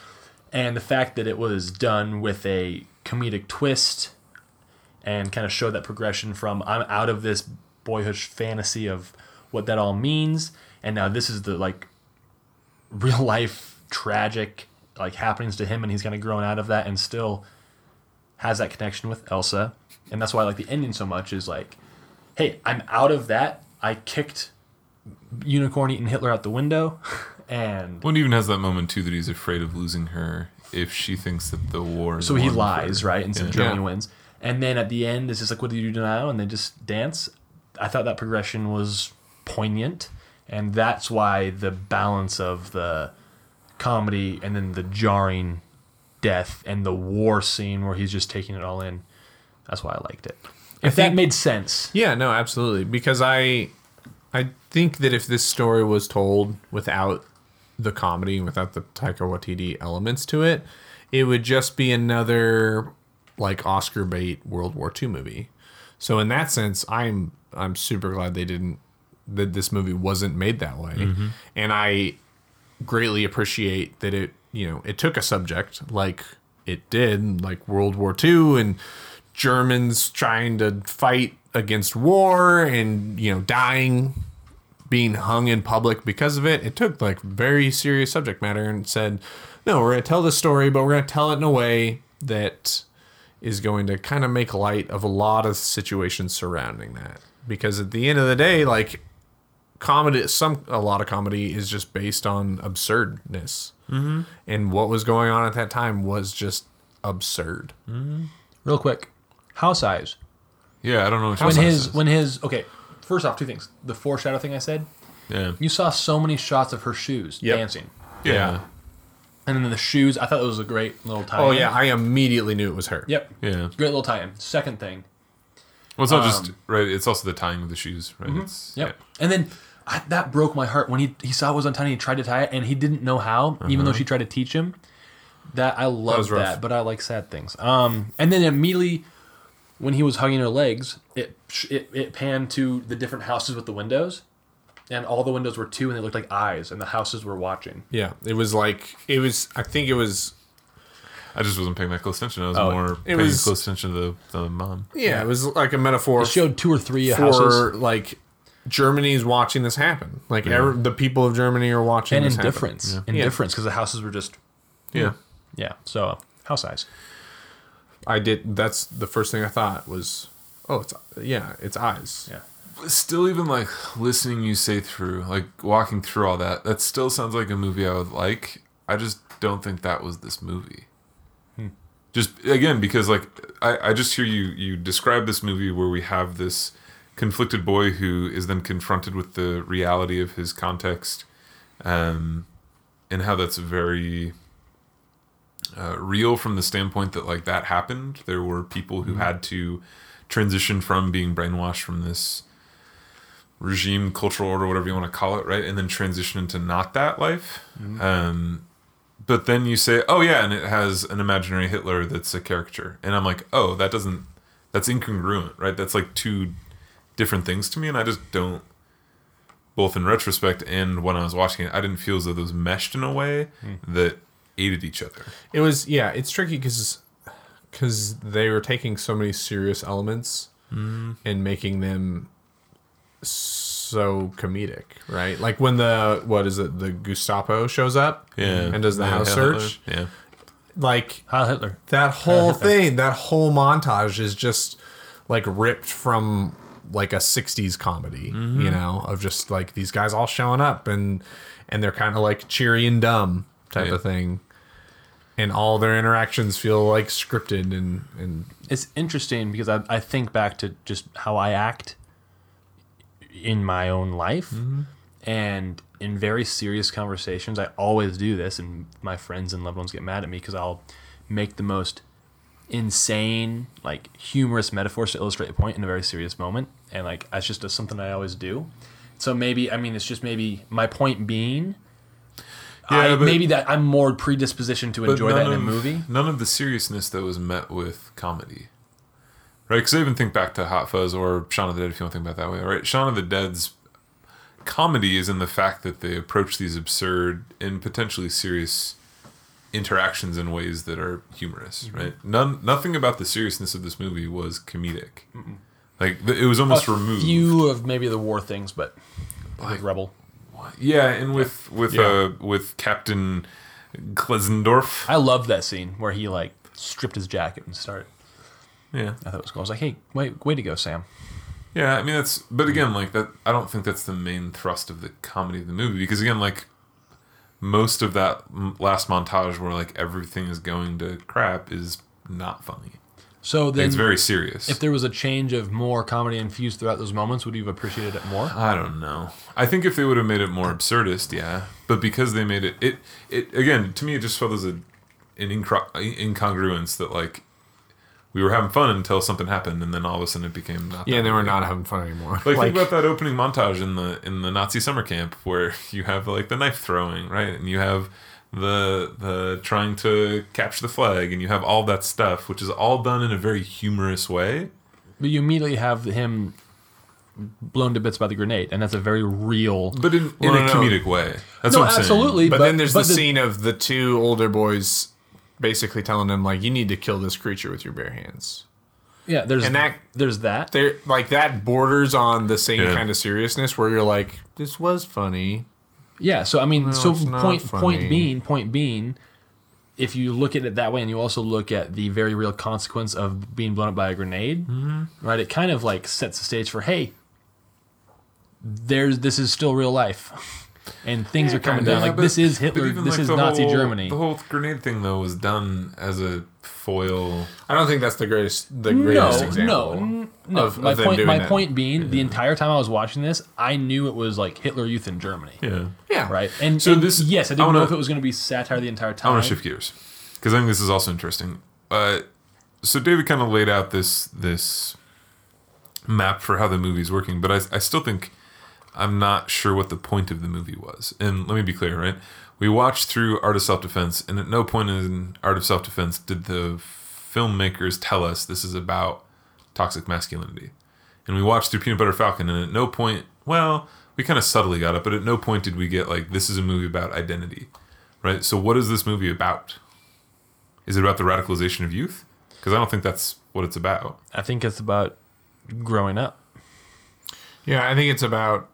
[SPEAKER 2] and the fact that it was done with a comedic twist and kind of showed that progression from I'm out of this boyhood fantasy of what that all means and now this is the like real life tragic like happenings to him and he's kind of grown out of that and still has that connection with Elsa and that's why I like the ending so much is like hey I'm out of that I kicked unicorn eating Hitler out the window and
[SPEAKER 1] One even has that moment too that he's afraid of losing her if she thinks that the war. Is
[SPEAKER 2] so he
[SPEAKER 1] won for-
[SPEAKER 2] lies right and so
[SPEAKER 1] Yeah.
[SPEAKER 2] Germany
[SPEAKER 3] Yeah.
[SPEAKER 2] wins and then at the end it's just like what do you do now and they just dance I thought that progression was poignant and that's why the balance of the comedy and then the jarring death and the war scene where he's just taking it all in. That's why I liked it. If that made sense.
[SPEAKER 3] Yeah, no, absolutely. Because I I think that if this story was told without the comedy, without the Taika Waititi elements to it, it would just be another like Oscar bait World War II movie. So in that sense, I'm I'm super glad they didn't that this movie wasn't made that way. And I greatly appreciate that it you know it took a subject like it did like world war ii and germans trying to fight against war and you know dying being hung in public because of it it took like very serious subject matter and said no we're going to tell this story but we're going to tell it in a way that is going to kind of make light of a lot of situations surrounding that because at the end of the day like comedy some a lot of comedy is just based on absurdness mm-hmm. and what was going on at that time was just absurd
[SPEAKER 2] Mm-hmm. Real quick. House eyes.
[SPEAKER 1] Yeah, I don't know. What
[SPEAKER 2] When
[SPEAKER 1] she
[SPEAKER 2] his
[SPEAKER 1] says.
[SPEAKER 2] when his okay, first off two things. The foreshadow thing I said,
[SPEAKER 1] yeah.
[SPEAKER 2] you saw so many shots of her shoes
[SPEAKER 3] Yep.
[SPEAKER 2] dancing.
[SPEAKER 1] yeah,
[SPEAKER 2] And then the shoes, I thought it was a great little tie.
[SPEAKER 3] oh yeah i immediately knew it was her
[SPEAKER 2] Yep.
[SPEAKER 1] yeah,
[SPEAKER 2] Great little tie in. Second thing.
[SPEAKER 1] Well, it's not just right. It's also the tying of the shoes, right? It's,
[SPEAKER 2] Mm-hmm. Yep. And then I, that broke my heart when he, he saw it was untied and he tried to tie it and he didn't know how, even though she tried to teach him. That I love
[SPEAKER 3] Uh-huh. was
[SPEAKER 2] that,
[SPEAKER 3] rough.
[SPEAKER 2] but I like sad things. Um, and then immediately when he was hugging her legs, it, it it panned to the different houses with the windows, and all the windows were two, and they looked like eyes, and the houses were watching.
[SPEAKER 3] yeah it was like it was i think it was
[SPEAKER 1] I just wasn't paying that close attention. I was more
[SPEAKER 3] it
[SPEAKER 1] paying
[SPEAKER 3] was-
[SPEAKER 1] close attention to the, the mom.
[SPEAKER 3] yeah it was like a metaphor
[SPEAKER 2] It showed two or three
[SPEAKER 3] for
[SPEAKER 2] houses Mm-hmm.
[SPEAKER 3] like germany's watching this happen like ever, the people of germany are watching
[SPEAKER 2] and
[SPEAKER 3] this happen.
[SPEAKER 2] indifference, indifference, because the houses were just
[SPEAKER 1] Yeah.
[SPEAKER 2] yeah. So uh, house eyes.
[SPEAKER 3] i did that's the first thing i thought was oh it's yeah it's eyes
[SPEAKER 2] Yeah.
[SPEAKER 1] still even like listening you say through like walking through all that that still sounds like a movie i would like i just don't think that was this movie just again because like I, I just hear you you describe this movie where we have this conflicted boy who is then confronted with the reality of his context um and how that's very uh, real from the standpoint that like that happened there were people who had to transition from being brainwashed from this regime, cultural order, whatever you want to call it, right? And then transition into not that life.
[SPEAKER 3] Mm-hmm.
[SPEAKER 1] Um, but then you say, oh, yeah, and it has an imaginary Hitler that's a caricature. And I'm like, oh, that doesn't, that's incongruent, right? That's like two different things to me. And I just don't, both in retrospect and when I was watching it, I didn't feel as though those meshed in a way
[SPEAKER 3] Hmm.
[SPEAKER 1] that aided each other.
[SPEAKER 3] It was yeah, it's tricky because they were
[SPEAKER 1] Mm.
[SPEAKER 3] taking so many serious elements and making them s- so comedic, right? Like when the what is it? The Gestapo shows up,
[SPEAKER 1] Yeah.
[SPEAKER 3] Hmm. and does the
[SPEAKER 1] Yeah,
[SPEAKER 3] house
[SPEAKER 1] Hitler.
[SPEAKER 3] search.
[SPEAKER 1] Yeah.
[SPEAKER 3] Like
[SPEAKER 2] Heil Hitler.
[SPEAKER 3] that whole thing, that whole montage is just like ripped from like a 60s comedy, you know, of just like these guys all showing up and and they're kind of like cheery and dumb type
[SPEAKER 1] Yeah.
[SPEAKER 3] of thing. And all their interactions feel like scripted and and
[SPEAKER 2] it's interesting because I, I think back to just how I act in my own life
[SPEAKER 1] Mm-hmm.
[SPEAKER 2] and in very serious conversations. I always do this, and my friends and loved ones get mad at me because I'll make the most insane, like humorous metaphors to illustrate a point in a very serious moment. And like, that's just something I always do. So maybe, I mean, it's just maybe my point being. I,
[SPEAKER 1] Yeah, but-
[SPEAKER 2] maybe that I'm more predispositioned to
[SPEAKER 1] But
[SPEAKER 2] enjoy that
[SPEAKER 1] none
[SPEAKER 2] in a
[SPEAKER 1] of-
[SPEAKER 2] movie.
[SPEAKER 1] None of the seriousness that was met with comedy. Right? Because I even think back to Hot Fuzz or Shaun of the Dead, if you want to think about it that way. Right? Shaun of the Dead's comedy is in the fact that they approach these absurd and potentially serious interactions in ways that are humorous.
[SPEAKER 2] Mm-hmm.
[SPEAKER 1] Right? None, Nothing about the seriousness of this movie was comedic. Like, th- it was almost removed.
[SPEAKER 2] few of maybe the war things, but
[SPEAKER 1] Like,
[SPEAKER 2] Rebel.
[SPEAKER 1] yeah, and with, with,
[SPEAKER 3] Yeah.
[SPEAKER 1] Uh, with Captain Klesendorf.
[SPEAKER 2] I love that scene where he like stripped his jacket and started.
[SPEAKER 1] Yeah.
[SPEAKER 2] I thought it was cool. I was like, hey, wait, way to go, Sam.
[SPEAKER 1] Yeah, I mean that's but again like that I don't think that's the main thrust of the comedy of the movie because again like most of that m- last montage where like everything is going to crap is not funny.
[SPEAKER 2] So then,
[SPEAKER 1] It's very serious.
[SPEAKER 2] if there was a change of more comedy infused throughout those moments, would you have appreciated it more?
[SPEAKER 1] I don't know. I think if they would have made it more absurdist, yeah, but because they made it it it again to me it just felt as a an incro- incongruence that like we were having fun until something happened and then all of a sudden it became not
[SPEAKER 3] yeah,
[SPEAKER 1] that
[SPEAKER 3] and they were
[SPEAKER 1] funny.
[SPEAKER 3] not having fun anymore.
[SPEAKER 1] Like,
[SPEAKER 2] Like-
[SPEAKER 1] think about that opening montage in the in the Nazi summer camp where you have like the knife throwing, right? And you have the the trying to capture the flag and you have all that stuff, which is all done in a very humorous way.
[SPEAKER 2] But you immediately have him blown to bits by the grenade, and that's a very real.
[SPEAKER 1] But in, in
[SPEAKER 3] Well,
[SPEAKER 1] a
[SPEAKER 3] no, no.
[SPEAKER 1] comedic way. That's
[SPEAKER 2] no,
[SPEAKER 1] what I'm
[SPEAKER 2] absolutely.
[SPEAKER 1] saying.
[SPEAKER 3] but, then there's the, scene of the two older boys basically telling them like you need to kill this creature with your bare hands
[SPEAKER 2] Yeah, there's
[SPEAKER 3] and that-
[SPEAKER 2] there's that.
[SPEAKER 3] they're like that borders on the same
[SPEAKER 1] Yeah.
[SPEAKER 3] kind of seriousness where you're like this was funny
[SPEAKER 2] Yeah, so I mean, so
[SPEAKER 3] it's not
[SPEAKER 2] point point
[SPEAKER 3] funny.
[SPEAKER 2] being, point being, if you look at it that way, and you also look at the very real consequence of being blown up by a grenade,
[SPEAKER 1] Mm-hmm.
[SPEAKER 2] right? It kind of like sets the stage for hey, there's this is still real life, and things are coming down.
[SPEAKER 1] Yeah,
[SPEAKER 2] Like
[SPEAKER 1] but-
[SPEAKER 2] this is
[SPEAKER 1] but
[SPEAKER 2] Hitler,
[SPEAKER 1] even,
[SPEAKER 2] this
[SPEAKER 1] like,
[SPEAKER 2] is
[SPEAKER 1] the
[SPEAKER 2] Nazi
[SPEAKER 1] whole-
[SPEAKER 2] Germany.
[SPEAKER 1] The whole grenade thing though was done as a foil.
[SPEAKER 3] i don't think that's the greatest the
[SPEAKER 2] no,
[SPEAKER 3] greatest
[SPEAKER 2] no,
[SPEAKER 3] example
[SPEAKER 2] n- no.
[SPEAKER 3] of- of
[SPEAKER 2] my
[SPEAKER 3] them
[SPEAKER 2] point,
[SPEAKER 3] doing
[SPEAKER 2] my
[SPEAKER 3] that.
[SPEAKER 2] point being, the entire time I was watching this, I knew it was like Hitler Youth in Germany.
[SPEAKER 1] Yeah.
[SPEAKER 3] yeah
[SPEAKER 2] Right, and
[SPEAKER 1] So
[SPEAKER 2] and
[SPEAKER 1] this-
[SPEAKER 2] yes, I
[SPEAKER 1] I
[SPEAKER 2] didn't know
[SPEAKER 1] wanna-
[SPEAKER 2] if it was going to be satire the entire time.
[SPEAKER 1] I want to shift gears because I think this is also interesting. Uh, so David kind of laid out this this map for how the movie's working, but I, I still think I'm not sure what the point of the movie was. And let me be clear, right? We watched through Art of Self Defense, and at no point in Art of Self Defense did the filmmakers tell us this is about toxic masculinity. And we watched through Peanut Butter Falcon, and at no point, well, we kind of subtly got it, but at no point did we get like this is a movie about identity, right? So what is this movie about? Is it about the radicalization of youth? Because I don't think that's what it's about.
[SPEAKER 2] I think it's about growing up.
[SPEAKER 3] yeah i think it's about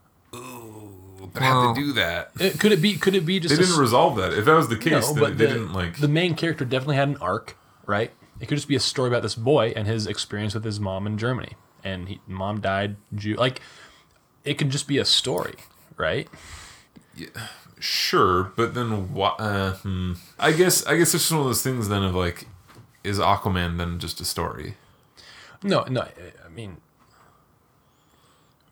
[SPEAKER 1] But how
[SPEAKER 3] Well-
[SPEAKER 1] to do that?
[SPEAKER 2] It- Eh, could it be? Could it be just?
[SPEAKER 1] They
[SPEAKER 2] a
[SPEAKER 1] didn't
[SPEAKER 2] s-
[SPEAKER 1] resolve that. If that was the case,
[SPEAKER 2] no,
[SPEAKER 1] then
[SPEAKER 2] but
[SPEAKER 1] they
[SPEAKER 2] the-
[SPEAKER 1] didn't like.
[SPEAKER 2] the main character definitely had an arc, right? It could just be a story about this boy and his experience with his mom in Germany, and he, mom died. Jew, like it could just be a story, right?
[SPEAKER 1] Sure, but then why? Uh, hmm. I guess I guess it's just one of those things then of like, is Aquaman then just a story?
[SPEAKER 2] No, no. I- I mean,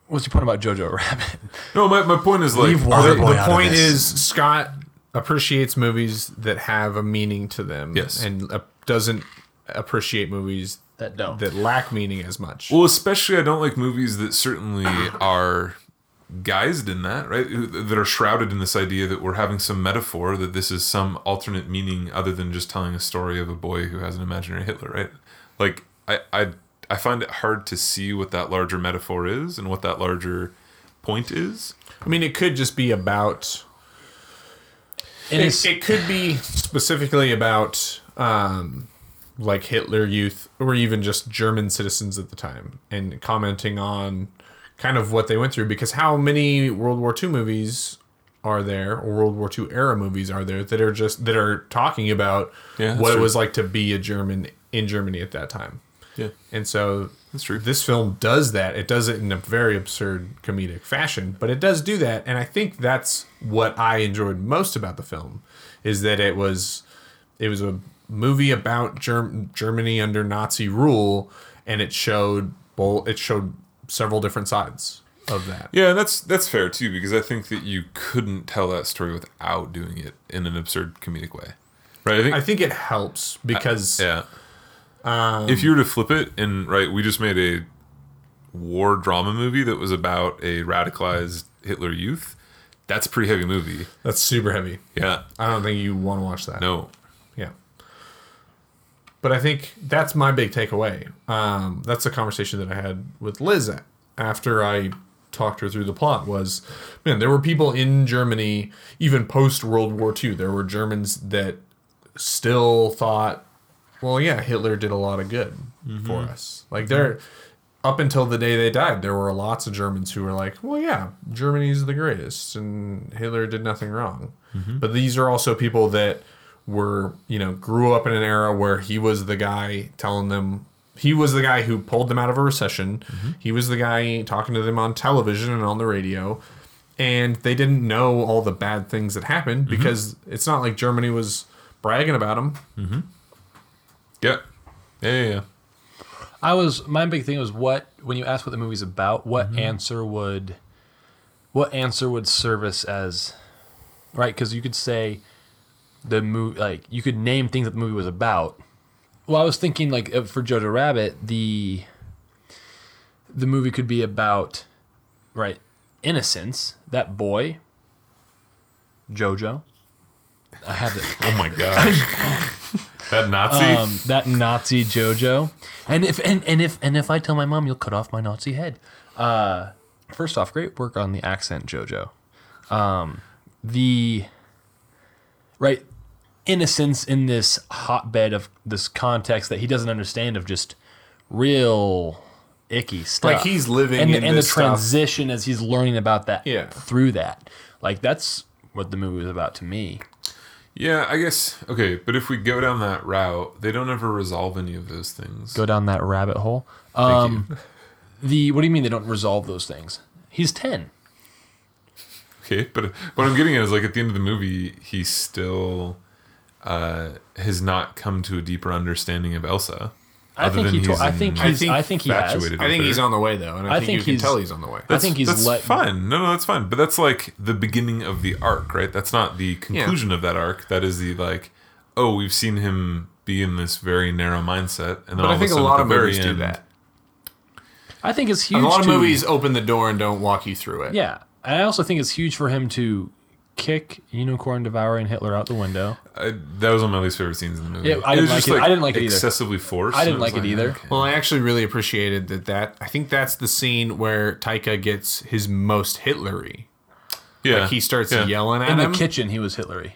[SPEAKER 2] what's your point about Jojo Rabbit?
[SPEAKER 1] No, my, my point is like,
[SPEAKER 2] Leave
[SPEAKER 1] are they-
[SPEAKER 2] Waterboy
[SPEAKER 3] the
[SPEAKER 2] out of
[SPEAKER 3] point
[SPEAKER 2] this.
[SPEAKER 3] is scott appreciates movies that have a meaning to them
[SPEAKER 1] Yes.
[SPEAKER 3] and uh, doesn't appreciate movies
[SPEAKER 2] That don't.
[SPEAKER 3] that lack meaning as much
[SPEAKER 1] well, especially I don't like movies that certainly are guised in that, right? That are shrouded in this idea that we're having some metaphor that this is some alternate meaning other than just telling a story of a boy who has an imaginary Hitler, right? Like I I I find it hard to see what that larger metaphor is and what that larger point is.
[SPEAKER 3] I mean, it could just be about.
[SPEAKER 2] And
[SPEAKER 3] It,
[SPEAKER 2] it's-
[SPEAKER 3] it could be specifically about um, like Hitler Youth, or even just German citizens at the time, and commenting on kind of what they went through because how many World War II movies are there or World War II era movies are there that are just that are talking about
[SPEAKER 1] Yeah, that's
[SPEAKER 3] what it
[SPEAKER 1] true.
[SPEAKER 3] was like to be a German in Germany at that time.
[SPEAKER 1] Yeah.
[SPEAKER 3] And so
[SPEAKER 1] That's true.
[SPEAKER 3] This film does that. It does it in a very absurd comedic fashion, but it does do that, and I think that's what I enjoyed most about the film is that it was it was a movie about Germ- Germany under Nazi rule, and it showed both it showed several different sides of that.
[SPEAKER 1] Yeah, and that's that's fair too because I think that you couldn't tell that story without doing it in an absurd comedic way, right? I think
[SPEAKER 3] I think it helps because
[SPEAKER 1] yeah.
[SPEAKER 2] um,
[SPEAKER 1] if you were to flip it and right, we just made a war drama movie that was about a radicalized Hitler youth. That's a pretty heavy movie.
[SPEAKER 3] that's super heavy.
[SPEAKER 1] Yeah.
[SPEAKER 3] I don't think you want to watch that.
[SPEAKER 1] No.
[SPEAKER 3] Yeah. But I think that's my big takeaway. Um, that's a conversation that I had with Liz a- after I talked her through the plot was, man, there were people in Germany, even post World War II, there were Germans that still thought, well, yeah, Hitler did a lot of good for us. Like there, up until the day they died, there were lots of Germans who were like, well, yeah, Germany's the greatest and Hitler did nothing wrong. But these are also people that were, you know, grew up in an era where he was the guy telling them, he was the guy who pulled them out of a recession. He was the guy talking to them on television and on the radio. And they didn't know all the bad things that happened because it's not like Germany was bragging about them.
[SPEAKER 1] Yeah. Yeah. Yeah. yeah.
[SPEAKER 2] I was my big thing was what when you asked what the movie's about, what answer would what answer would service as right? Because you could say the movie like you could name things that the movie was about. Well, I was thinking like uh, for Jojo Rabbit, the the movie could be about right innocence. That boy, Jojo. I have it
[SPEAKER 1] Oh my gosh. that Nazi.
[SPEAKER 2] um, that Nazi JoJo. And if and, and if and if I tell my mom, you'll cut off my Nazi head. Uh, first off, great work on the accent, JoJo. Um, the right innocence in this hotbed of this context that he doesn't understand of just real icky stuff.
[SPEAKER 3] Like, he's living
[SPEAKER 2] and,
[SPEAKER 3] in
[SPEAKER 2] and
[SPEAKER 3] this
[SPEAKER 2] the
[SPEAKER 3] stuff.
[SPEAKER 2] transition as he's learning about that
[SPEAKER 3] Yeah.
[SPEAKER 2] through that. Like that's what the movie was about to me.
[SPEAKER 1] yeah, I guess. Okay, but if we go down that route, they don't ever resolve any of those things.
[SPEAKER 2] go down that rabbit hole. Um, the what do you mean they don't resolve those things? He's ten.
[SPEAKER 1] Okay, but what I'm getting at is like at the end of the movie, he still uh, has not come to a deeper understanding of Elsa.
[SPEAKER 2] I think he. To-
[SPEAKER 1] he's
[SPEAKER 2] I think
[SPEAKER 1] in-
[SPEAKER 2] he's. I think,
[SPEAKER 3] think
[SPEAKER 2] he has.
[SPEAKER 1] infatuated.
[SPEAKER 3] I think
[SPEAKER 1] Fair.
[SPEAKER 3] he's on the way though, and I,
[SPEAKER 2] I
[SPEAKER 3] think,
[SPEAKER 2] think
[SPEAKER 3] you can
[SPEAKER 2] he's-
[SPEAKER 3] tell he's on the way.
[SPEAKER 2] I think he's
[SPEAKER 1] that's
[SPEAKER 2] let.
[SPEAKER 1] fine. No, no, that's fine. But that's like the beginning of the arc, right? That's not the conclusion of that arc. That is the like, oh, we've seen him be in this very narrow mindset, and then
[SPEAKER 3] But
[SPEAKER 1] all
[SPEAKER 3] I think a
[SPEAKER 1] of a, sudden
[SPEAKER 3] lot
[SPEAKER 1] at
[SPEAKER 3] of
[SPEAKER 1] the very
[SPEAKER 3] movies do
[SPEAKER 1] end-
[SPEAKER 3] that.
[SPEAKER 2] I think it's huge.
[SPEAKER 3] A lot of
[SPEAKER 2] to-
[SPEAKER 3] movies open the door and don't walk you through it.
[SPEAKER 2] Yeah, and I also think it's huge for him to kick Unicorn Devourer and Hitler out the window.
[SPEAKER 1] I, that was one of my least favorite scenes in the movie.
[SPEAKER 2] Yeah, I didn't like it. I didn't like it either.
[SPEAKER 1] Excessively forced.
[SPEAKER 2] I didn't
[SPEAKER 1] and was
[SPEAKER 2] like it either.
[SPEAKER 1] okay.
[SPEAKER 3] Well, I actually really appreciated that. That I think that's the scene where Taika gets his most Hitlery.
[SPEAKER 1] yeah,
[SPEAKER 3] He starts
[SPEAKER 1] yeah.
[SPEAKER 3] yelling at
[SPEAKER 2] In
[SPEAKER 3] him.
[SPEAKER 2] the kitchen, he was Hitlery.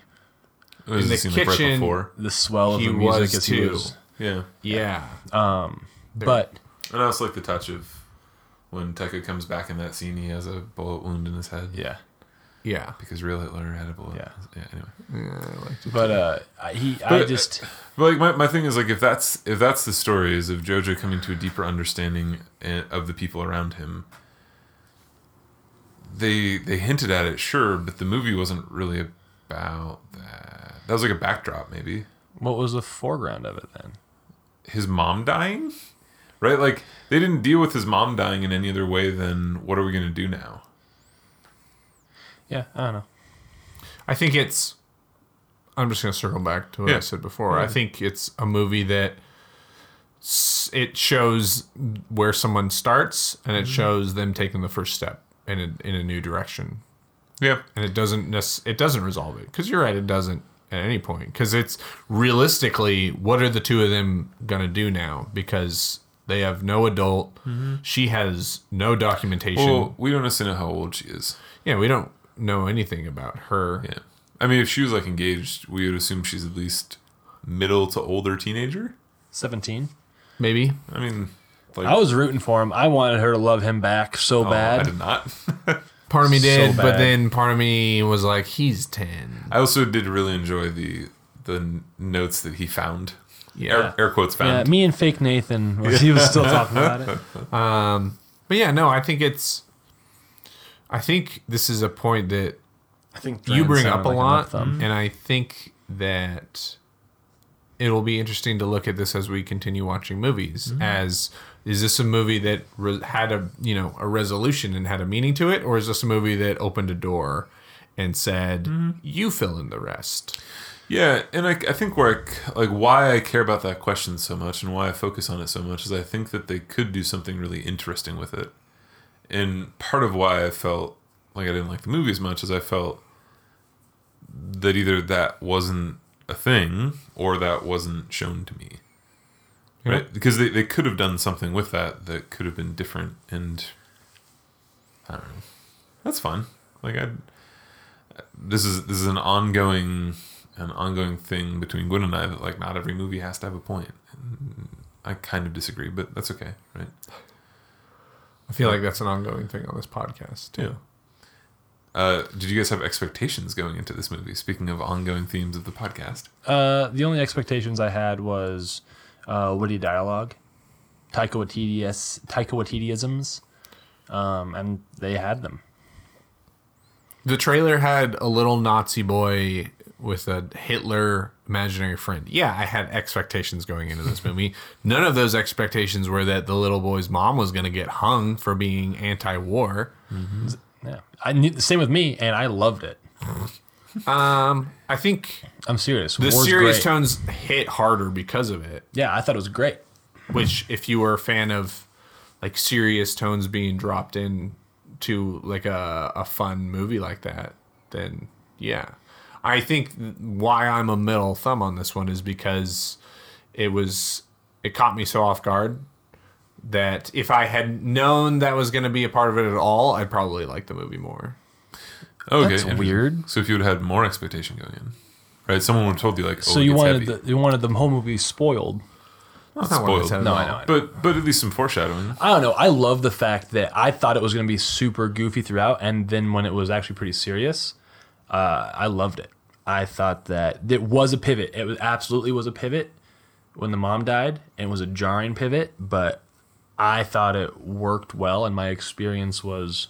[SPEAKER 1] It was a
[SPEAKER 3] in the
[SPEAKER 1] scene, like, right
[SPEAKER 3] kitchen.
[SPEAKER 1] before.
[SPEAKER 2] The swell of
[SPEAKER 3] He
[SPEAKER 2] the music
[SPEAKER 3] was
[SPEAKER 2] as he
[SPEAKER 3] too.
[SPEAKER 2] was.
[SPEAKER 1] Yeah.
[SPEAKER 3] yeah,
[SPEAKER 2] But
[SPEAKER 1] And I also like the touch of when Tekka comes back in that scene, he has a bullet wound in his head.
[SPEAKER 2] yeah,
[SPEAKER 3] yeah.
[SPEAKER 1] Because real Hitler had a bullet.
[SPEAKER 2] Yeah.
[SPEAKER 1] yeah anyway.
[SPEAKER 2] but uh, I- he. I
[SPEAKER 1] But-
[SPEAKER 2] just.
[SPEAKER 1] But like my, my thing is like if that's if that's the story is of Jojo coming to a deeper understanding eh, of the people around him. They they hinted at it, sure, but the movie wasn't really about that. That was like a backdrop, maybe.
[SPEAKER 2] What was the foreground of it then?
[SPEAKER 1] his mom dying, right? Like they didn't deal with his mom dying in any other way than what are we going to do now?
[SPEAKER 2] Yeah, I don't know.
[SPEAKER 3] I think it's. I'm just gonna circle back to what
[SPEAKER 1] Yeah.
[SPEAKER 3] I said before. I think it's a movie that s- it shows where someone starts and it shows them taking the first step in a, in a new direction.
[SPEAKER 1] Yeah,
[SPEAKER 3] and it doesn't nec- it doesn't resolve it because you're right it doesn't at any point because it's realistically what are the two of them gonna do now because they have no adult she has no documentation
[SPEAKER 1] Well, we don't necessarily know how old she is.
[SPEAKER 3] yeah we don't know anything about her
[SPEAKER 1] Yeah, I mean, if she was like engaged, we would assume she's at least middle to older teenager.
[SPEAKER 2] Seventeen.
[SPEAKER 3] maybe
[SPEAKER 1] I mean, Like,
[SPEAKER 2] I was rooting for him. I wanted her to love him back so
[SPEAKER 1] oh, I
[SPEAKER 2] bad.
[SPEAKER 1] did not.
[SPEAKER 3] Part of me
[SPEAKER 2] So
[SPEAKER 3] did, but
[SPEAKER 2] bad.
[SPEAKER 3] then part of me was like, he's ten.
[SPEAKER 1] I also did really enjoy the the n- notes that he found.
[SPEAKER 3] Yeah.
[SPEAKER 1] Air, air quotes
[SPEAKER 2] Yeah,
[SPEAKER 1] found.
[SPEAKER 2] Uh, me and fake Nathan, was- he was still talking about it.
[SPEAKER 3] But yeah, no, I think it's. I think this is a point that
[SPEAKER 2] I think
[SPEAKER 3] you bring up a lot,
[SPEAKER 2] Thumb.
[SPEAKER 3] and I think that it'll be interesting to look at this as we continue watching movies. As is this a movie that re- had a you know a resolution and had a meaning to it, or is this a movie that opened a door and said you fill in the rest?
[SPEAKER 1] Yeah, and I, I think where I, c- like why I care about that question so much and why I focus on it so much is I think that they could do something really interesting with it. And part of why I felt like I didn't like the movie as much is I felt that either that wasn't a thing or that wasn't shown to me. Right? Because they, they could have done something with that that could have been different and I don't know. That's fun. Like I this is this is an ongoing an ongoing thing between Gwen and I that like not every movie has to have a point. And I kind of disagree, but that's okay, right?
[SPEAKER 3] I feel like that's an ongoing thing on this podcast too.
[SPEAKER 1] Uh, did you guys have expectations going into this movie? Speaking of ongoing themes of the podcast,
[SPEAKER 2] Uh, the only expectations I had was uh, witty dialogue, Taika Waititi's Taika Waititiisms, um, and they had them.
[SPEAKER 3] The trailer had a little Nazi boy with a Hitler imaginary friend. Yeah, I had expectations going into this movie. None of those expectations were that the little boy's mom was going to get hung for being anti war.
[SPEAKER 2] Yeah, I knew the same with me, and I loved it.
[SPEAKER 3] Um, I think
[SPEAKER 2] I'm serious.
[SPEAKER 3] the
[SPEAKER 2] War's
[SPEAKER 3] serious
[SPEAKER 2] great.
[SPEAKER 3] tones hit harder because of it,
[SPEAKER 2] Yeah, I thought it was great.
[SPEAKER 3] which, if you were a fan of like serious tones being dropped in to like a, a fun movie like that, then yeah. I think th- why I'm a middle thumb on this one is because it was it caught me so off guard that if I had known that was going to be a part of it at all, I'd probably like the movie more.
[SPEAKER 1] Oh, okay,
[SPEAKER 2] That's
[SPEAKER 1] interesting.
[SPEAKER 2] weird.
[SPEAKER 1] So if you would have had more expectation going in, right? Someone would have told you like, oh,
[SPEAKER 2] So you wanted the, you wanted the whole movie spoiled.
[SPEAKER 3] That's
[SPEAKER 1] not what I said at
[SPEAKER 2] No, I know. I know.
[SPEAKER 1] but but at least some foreshadowing.
[SPEAKER 2] I don't know. I love the fact that I thought it was going to be super goofy throughout, and then when it was actually pretty serious, uh, I loved it. I thought that it was a pivot. It was, absolutely was a pivot when the mom died, and it was a jarring pivot, but I thought it worked well, and my experience was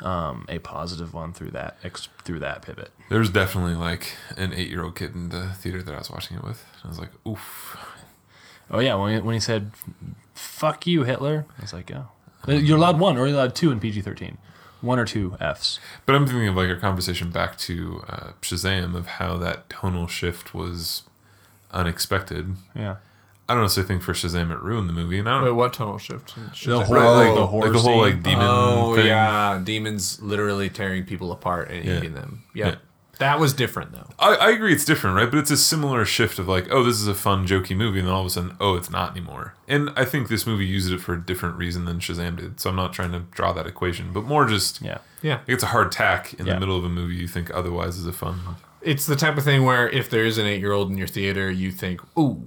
[SPEAKER 2] um, a positive one through that ex- through that pivot.
[SPEAKER 1] There was definitely like an eight-year-old kid in the theater that I was watching it with. I was like, oof.
[SPEAKER 2] Oh yeah, when he, when he said "fuck you, Hitler," I was like, "Oh, you're allowed one, or you're allowed two in PG-13, one or two Fs."
[SPEAKER 1] But I'm thinking of like your conversation back to uh, Shazam of how that tonal shift was unexpected.
[SPEAKER 2] Yeah.
[SPEAKER 1] I don't necessarily think for Shazam it ruined the movie, and I
[SPEAKER 3] Wait,
[SPEAKER 1] don't
[SPEAKER 3] what tunnel shift?
[SPEAKER 2] The
[SPEAKER 1] right,
[SPEAKER 2] whole-
[SPEAKER 1] like,
[SPEAKER 2] the
[SPEAKER 1] like
[SPEAKER 2] horror
[SPEAKER 1] the whole like
[SPEAKER 2] scene.
[SPEAKER 1] demon
[SPEAKER 3] Oh
[SPEAKER 1] thing.
[SPEAKER 3] yeah, demons literally tearing people apart and
[SPEAKER 1] Yeah.
[SPEAKER 3] eating them. Yep.
[SPEAKER 1] Yeah.
[SPEAKER 3] That was different though.
[SPEAKER 1] I, I agree it's different, right? But it's a similar shift of like, oh, this is a fun, jokey movie, and then all of a sudden, oh, it's not anymore. And I think this movie used it for a different reason than Shazam did. So I'm not trying to draw that equation, but more just
[SPEAKER 2] Yeah.
[SPEAKER 3] Yeah.
[SPEAKER 1] like, it's a hard tack in
[SPEAKER 2] Yeah.
[SPEAKER 1] the middle of a movie you think otherwise is a fun.
[SPEAKER 3] It's the type of thing where if there is an 8-year-old in your theater, you think, "Ooh,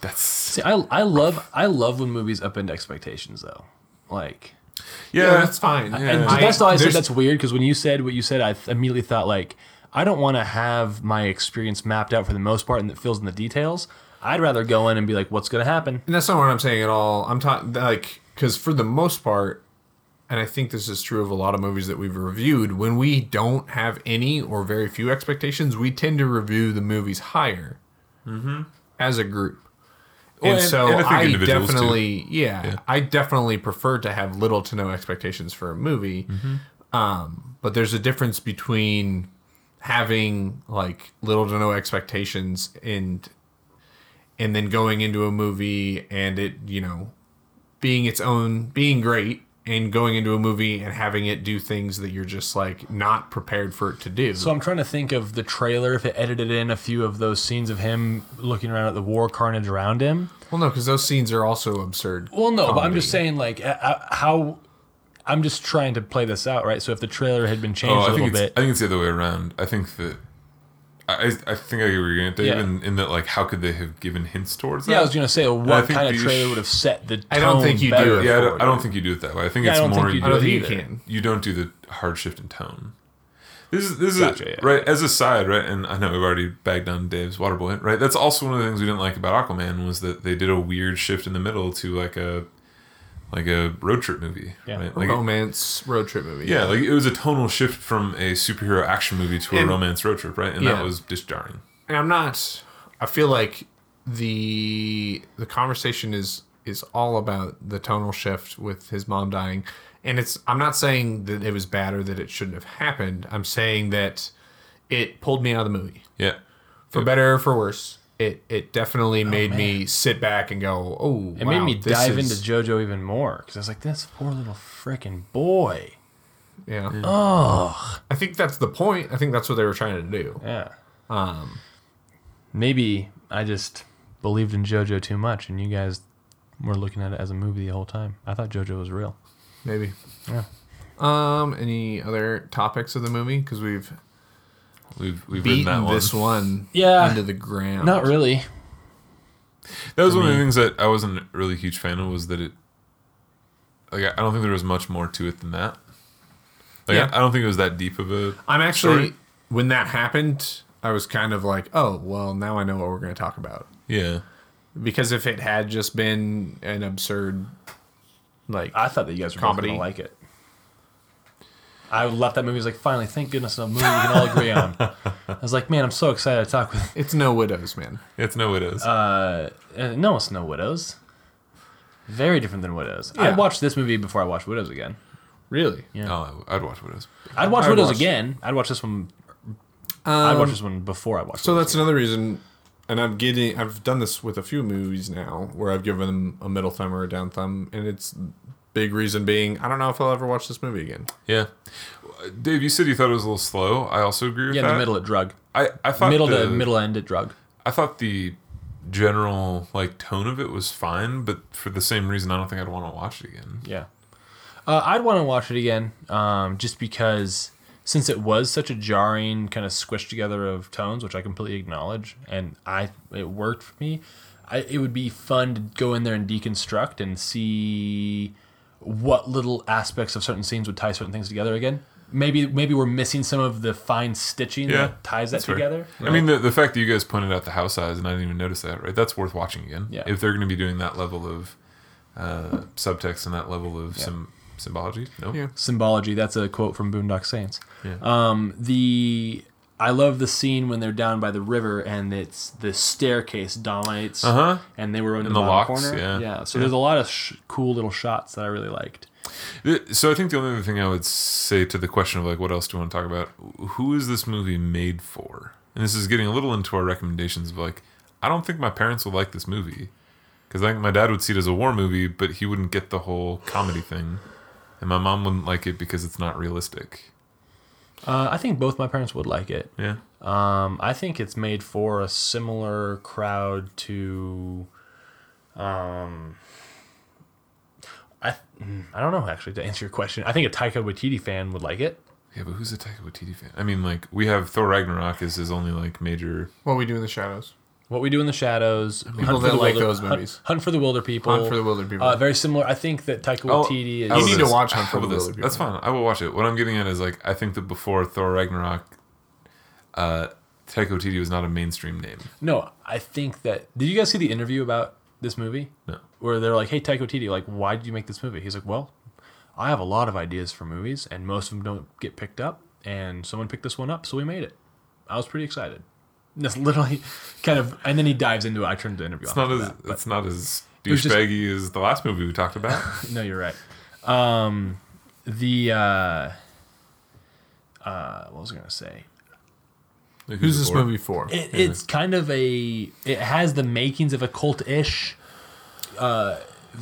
[SPEAKER 1] That's
[SPEAKER 2] See, I, I love I love when movies upend expectations though. Like,
[SPEAKER 1] yeah, Uh,
[SPEAKER 3] yeah, that's fine."
[SPEAKER 2] and
[SPEAKER 3] I-
[SPEAKER 2] that's why I said
[SPEAKER 3] there's-
[SPEAKER 2] that's weird because when you said what you said, I th- immediately thought like, I don't want to have my experience mapped out for the most part and it fills in the details. I'd rather go in and be like, what's gonna happen?
[SPEAKER 3] And that's not what I'm saying at all. I'm talking like because for the most part, and I think this is true of a lot of movies that we've reviewed. When we don't have any or very few expectations, we tend to review the movies higher as a group. and,
[SPEAKER 1] Mm-hmm. and-
[SPEAKER 3] so
[SPEAKER 1] and I think
[SPEAKER 3] I,
[SPEAKER 1] individuals too.
[SPEAKER 3] definitely, yeah, I definitely prefer to have little to no expectations for a movie.
[SPEAKER 1] Mm-hmm.
[SPEAKER 3] Um, but there's a difference between having like little to no expectations and and then going into a movie and it you know being its own being great and going into a movie and having it do things that you're just like not prepared for it to do
[SPEAKER 2] So I'm trying to think of the trailer if it edited in a few of those scenes of him looking around at the war carnage around him.
[SPEAKER 3] well no because those scenes are also absurd
[SPEAKER 2] Well, no, but I'm
[SPEAKER 3] comedy.
[SPEAKER 2] just saying like uh, uh, how. I'm just trying to play this out, right? So if the trailer had been changed
[SPEAKER 1] Oh,
[SPEAKER 2] a
[SPEAKER 1] I
[SPEAKER 2] little
[SPEAKER 1] think it's,
[SPEAKER 2] bit,
[SPEAKER 1] I think it's the other way around. I think that I, I think I agree with you, Dave,
[SPEAKER 2] Yeah.
[SPEAKER 1] in, in that like how could they have given hints towards that?
[SPEAKER 2] Yeah, I was gonna say
[SPEAKER 1] I
[SPEAKER 2] what
[SPEAKER 1] think
[SPEAKER 2] kind
[SPEAKER 1] you
[SPEAKER 2] of
[SPEAKER 1] sh-
[SPEAKER 2] trailer would have set the. Tone
[SPEAKER 3] I don't think you do
[SPEAKER 2] better.
[SPEAKER 3] it.
[SPEAKER 1] Yeah, I don't, I don't
[SPEAKER 3] forward.
[SPEAKER 1] think you do it that way. I think
[SPEAKER 2] Yeah, I
[SPEAKER 1] it's
[SPEAKER 2] don't think
[SPEAKER 1] more
[SPEAKER 2] you do
[SPEAKER 3] I don't
[SPEAKER 2] it
[SPEAKER 3] think
[SPEAKER 2] either.
[SPEAKER 3] you can.
[SPEAKER 1] you don't do the hard shift in tone. This is this
[SPEAKER 2] Gotcha,
[SPEAKER 1] is
[SPEAKER 2] yeah.
[SPEAKER 1] right as a side, right? And I know we've already bagged on Dave's Waterboy, right? That's also one of the things we didn't like about Aquaman was that they did a weird shift in the middle to like a like a road trip movie,
[SPEAKER 2] Yeah.
[SPEAKER 3] Oh,
[SPEAKER 1] right? Like
[SPEAKER 3] Romance road trip movie.
[SPEAKER 1] yeah, like it was a tonal shift from a superhero action movie to a
[SPEAKER 3] And-
[SPEAKER 1] romance road trip, right? And
[SPEAKER 3] Yeah.
[SPEAKER 1] that was just jarring.
[SPEAKER 3] and I'm not. I feel like the the conversation is is all about the tonal shift with his mom dying, and it's. I'm not saying that it was bad or that it shouldn't have happened. I'm saying that it pulled me out of the movie
[SPEAKER 1] Yeah.
[SPEAKER 3] for better or for worse. It it definitely made me sit back and go, oh,
[SPEAKER 2] Oh, It made me dive into JoJo even more because I was like, "This poor little frickin' boy."
[SPEAKER 3] yeah. I think that's the point. I think that's what they were trying to do.
[SPEAKER 2] Yeah. Um, maybe I just believed in JoJo too much, and you guys were looking at it as a movie the whole time. I thought JoJo was real.
[SPEAKER 3] Maybe.
[SPEAKER 2] Yeah.
[SPEAKER 3] Um. Any other topics of the movie? Because we've
[SPEAKER 1] We've we've
[SPEAKER 3] beaten
[SPEAKER 1] written that one.
[SPEAKER 3] this one
[SPEAKER 2] Yeah.
[SPEAKER 3] into the ground.
[SPEAKER 2] Not really.
[SPEAKER 1] That was one of the things that I wasn't really a huge fan of was that it like I I don't think there was much more to it than that. Like
[SPEAKER 3] Yeah.
[SPEAKER 1] I, I don't think it was that deep of a
[SPEAKER 3] I'm actually
[SPEAKER 1] Sorry?
[SPEAKER 3] when that happened, I was kind of like, oh well, now I know what we're going to talk about.
[SPEAKER 1] yeah.
[SPEAKER 3] Because if it had just been an absurd, like
[SPEAKER 2] I thought that you guys were
[SPEAKER 3] both gonna Comedy.
[SPEAKER 2] like it. I left that movie. I was like, finally, thank goodness, a movie we can all agree on. I was like, man, I'm so excited to talk with.
[SPEAKER 3] it's no widows, man.
[SPEAKER 1] It's no widows.
[SPEAKER 2] Uh, uh, no, it's no widows. Very different than widows.
[SPEAKER 3] Yeah.
[SPEAKER 2] I'd watch this movie before I watched widows again.
[SPEAKER 3] Really?
[SPEAKER 2] Yeah.
[SPEAKER 1] oh, I- I'd watch widows.
[SPEAKER 2] I'd watch
[SPEAKER 3] I'd
[SPEAKER 2] widows
[SPEAKER 3] watch-
[SPEAKER 2] again. I'd watch this one.
[SPEAKER 3] Um,
[SPEAKER 2] I'd watch this one before I watched.
[SPEAKER 3] So
[SPEAKER 2] Widows
[SPEAKER 3] that's another reason, and I'm getting. I've done this with a few movies now, where I've given them a middle thumb or a down thumb, and it's big reason being I don't know if I'll ever watch this movie again.
[SPEAKER 1] Yeah, Dave, you said you thought it was a little slow. I also agree with
[SPEAKER 2] Yeah,
[SPEAKER 1] that.
[SPEAKER 2] in the middle at drug.
[SPEAKER 1] I, I thought
[SPEAKER 2] middle
[SPEAKER 1] the,
[SPEAKER 2] to middle end at drug.
[SPEAKER 1] I thought the general like tone of it was fine, but for the same reason, I don't think I'd want to watch it again.
[SPEAKER 2] Yeah. Uh, I'd want to watch it again um, just because since it was such a jarring kind of squish together of tones, which I completely acknowledge, and I it worked for me. I, it would be fun to go in there and deconstruct and see what little aspects of certain scenes would tie certain things together again. Maybe maybe we're missing some of the fine stitching
[SPEAKER 1] Yeah,
[SPEAKER 2] that ties that
[SPEAKER 1] that's fair.
[SPEAKER 2] together.
[SPEAKER 1] I mean, the, the fact that you guys pointed out the house size and I didn't even notice that, right? That's worth watching again.
[SPEAKER 2] Yeah.
[SPEAKER 1] If they're going to be doing that level of uh, subtext and that level of some symbology, no.
[SPEAKER 3] Yeah.
[SPEAKER 2] symbology. That's a quote from Boondock Saints.
[SPEAKER 1] Yeah.
[SPEAKER 2] Um, the I love the scene when they're down by the river and it's the staircase dominates,
[SPEAKER 1] Uh-huh.
[SPEAKER 2] and they were in, the,
[SPEAKER 1] the
[SPEAKER 2] bottom
[SPEAKER 1] locks,
[SPEAKER 2] corner.
[SPEAKER 1] yeah.
[SPEAKER 2] so there's a lot of sh- cool little shots that I really liked.
[SPEAKER 1] Th- So I think the only other thing I would say to the question of like, what else do you want to talk about? Who is this movie made for? And this is getting a little into our recommendations of like, I don't think my parents would like this movie because I think my dad would see it as a war movie, but he wouldn't get the whole comedy thing, and my mom wouldn't like it because it's not realistic.
[SPEAKER 2] Uh, I think both my parents would like it.
[SPEAKER 1] Yeah.
[SPEAKER 2] Um, I think it's made for a similar crowd to. Um, I mm, I don't know actually to answer your question. I think a Taika Waititi fan would like it.
[SPEAKER 1] Yeah, but who's a Taika Waititi fan? I mean, like we have Thor Ragnarok is his only like major.
[SPEAKER 3] What we do in the shadows.
[SPEAKER 2] What We Do in the Shadows. People
[SPEAKER 3] that like those movies.
[SPEAKER 2] Hunt, for the Wilder People.
[SPEAKER 3] Hunt for the Wilder People.
[SPEAKER 2] Uh, very similar. I think that Taika
[SPEAKER 1] Oh,
[SPEAKER 2] Waititi is.
[SPEAKER 1] how
[SPEAKER 3] You
[SPEAKER 1] about
[SPEAKER 3] need to
[SPEAKER 1] this?
[SPEAKER 3] watch Hunt
[SPEAKER 1] How
[SPEAKER 3] for the
[SPEAKER 1] about this?
[SPEAKER 3] Wilder People.
[SPEAKER 1] That's fine. I will watch it. What I'm getting at is like I think that before Thor Ragnarok, uh, Taika Waititi was not a mainstream name.
[SPEAKER 2] no, I think that. Did you guys see the interview about this movie?
[SPEAKER 1] No.
[SPEAKER 2] Where they're like, "Hey, Taika Waititi, like, why did you make this movie?" He's like, "Well, I have a lot of ideas for movies, and most of them don't get picked up, and someone picked this one up, so we made it. I was pretty excited." And That's literally kind of, and then he dives into it. I turned the interview.
[SPEAKER 1] It's
[SPEAKER 2] off
[SPEAKER 1] not
[SPEAKER 2] after
[SPEAKER 1] as
[SPEAKER 2] that, but-
[SPEAKER 1] it's not as
[SPEAKER 2] was just-
[SPEAKER 1] douchebaggy as the last movie we talked about.
[SPEAKER 2] No, you're right. Um, the uh, uh, what was I gonna say?
[SPEAKER 1] Like,
[SPEAKER 3] Who's
[SPEAKER 1] it
[SPEAKER 3] this
[SPEAKER 1] for?
[SPEAKER 3] movie for?
[SPEAKER 2] It, It's kind of a. It has the makings of a cult-ish, uh,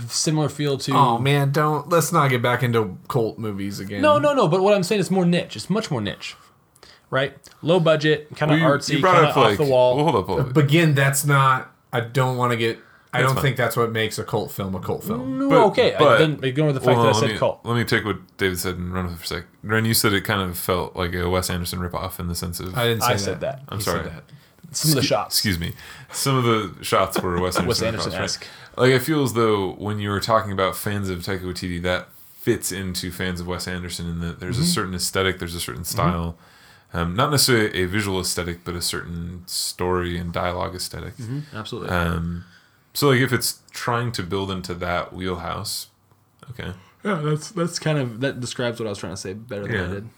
[SPEAKER 2] similar feel to.
[SPEAKER 3] Oh man, don't let's not get back into cult movies again.
[SPEAKER 2] Mm-hmm. No, no, no. But what I'm saying is more niche. It's much more niche, right? Low budget, kind
[SPEAKER 1] Well,
[SPEAKER 2] of
[SPEAKER 1] you,
[SPEAKER 2] artsy,
[SPEAKER 1] you brought
[SPEAKER 2] kind
[SPEAKER 1] up
[SPEAKER 2] of
[SPEAKER 1] like
[SPEAKER 2] off the wall.
[SPEAKER 1] Well, hold up, hold up.
[SPEAKER 3] But again, that's not. I don't want to get. I don't think that's what makes a cult film a cult film.
[SPEAKER 2] No,
[SPEAKER 1] But-
[SPEAKER 2] Mm, okay.
[SPEAKER 1] but-
[SPEAKER 2] I didn't ignore the fact
[SPEAKER 1] Well,
[SPEAKER 2] that I
[SPEAKER 1] let
[SPEAKER 2] said
[SPEAKER 1] me,
[SPEAKER 2] cult.
[SPEAKER 1] Let me take what David said and run with it for a sec. Ren, you said it kind of felt like a Wes Anderson ripoff in the sense of.
[SPEAKER 3] I didn't say
[SPEAKER 2] I
[SPEAKER 3] that.
[SPEAKER 2] said that.
[SPEAKER 1] I'm
[SPEAKER 3] He
[SPEAKER 1] sorry.
[SPEAKER 3] said that.
[SPEAKER 2] Some of the shots.
[SPEAKER 1] Excuse me. Some of the shots were Wes Anderson.
[SPEAKER 2] Wes
[SPEAKER 1] ripoffs, right?
[SPEAKER 2] Anderson-esque.
[SPEAKER 1] Like I feel as though when you were talking about fans of Taika Waititi, that fits into fans of Wes Anderson in that there's a certain aesthetic, there's a certain style, um, not necessarily a visual aesthetic, but a certain story and dialogue esthetic
[SPEAKER 4] Absolutely.
[SPEAKER 1] Um, so like if it's trying to build into that wheelhouse, okay.
[SPEAKER 4] yeah, that's that's kind of that describes what I was trying to say better than
[SPEAKER 1] Yeah. Mm-hmm.
[SPEAKER 4] I did.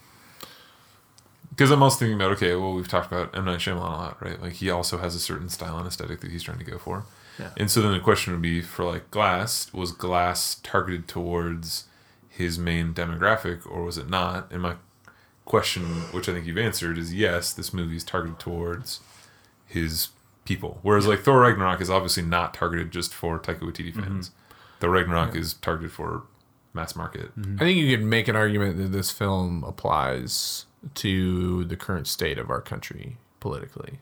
[SPEAKER 1] Because I'm also thinking about okay, well we've talked about M Night Shyamalan a lot, right? Like he also has a certain style and aesthetic that he's trying to go for.
[SPEAKER 4] Yeah.
[SPEAKER 1] And so then the question would be for like Glass, was Glass targeted towards his main demographic or was it not? And my question, which I think you've answered, is yes, this movie is targeted towards his people. Whereas like Thor Ragnarok is obviously not targeted just for Taika Waititi fans. Thor Ragnarok is targeted for mass market.
[SPEAKER 3] I think you could make an argument that this film applies to the current state of our country politically.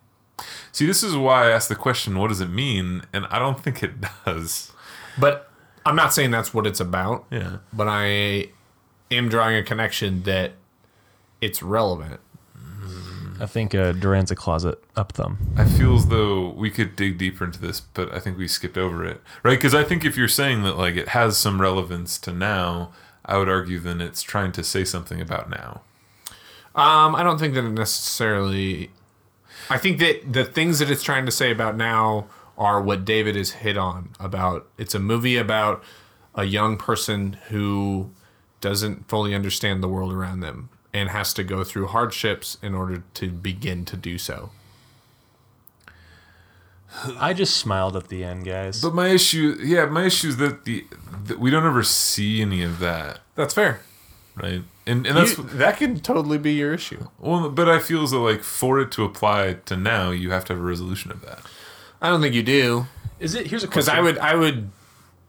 [SPEAKER 1] See, this is why I asked the question, what does it mean? And I don't think it does.
[SPEAKER 3] But I'm not saying that's what it's about.
[SPEAKER 1] Yeah.
[SPEAKER 3] But I am drawing a connection that it's relevant.
[SPEAKER 2] I think uh, Duran's a closet up thumb.
[SPEAKER 1] I feel as though we could dig deeper into this, but I think we skipped over it, right? Because I think if you're saying that like it has some relevance to now, I would argue then it's trying to say something about now.
[SPEAKER 3] Um, I don't think that it necessarily. I think that the things that it's trying to say about now are what David has hit on about. It's a movie about a young person who doesn't fully understand the world around them and has to go through hardships in order to begin to do so.
[SPEAKER 2] I just smiled at the end, guys.
[SPEAKER 1] But my issue, yeah, my issue is that the that we don't ever see any of that,
[SPEAKER 3] That's fair.
[SPEAKER 1] right? And and that's
[SPEAKER 3] that could totally be your issue.
[SPEAKER 1] well, but I feel as though like for it to apply to now, you have to have a resolution of that.
[SPEAKER 3] I don't think you do.
[SPEAKER 2] Is it here's a
[SPEAKER 3] because
[SPEAKER 2] question?
[SPEAKER 3] I would, I would,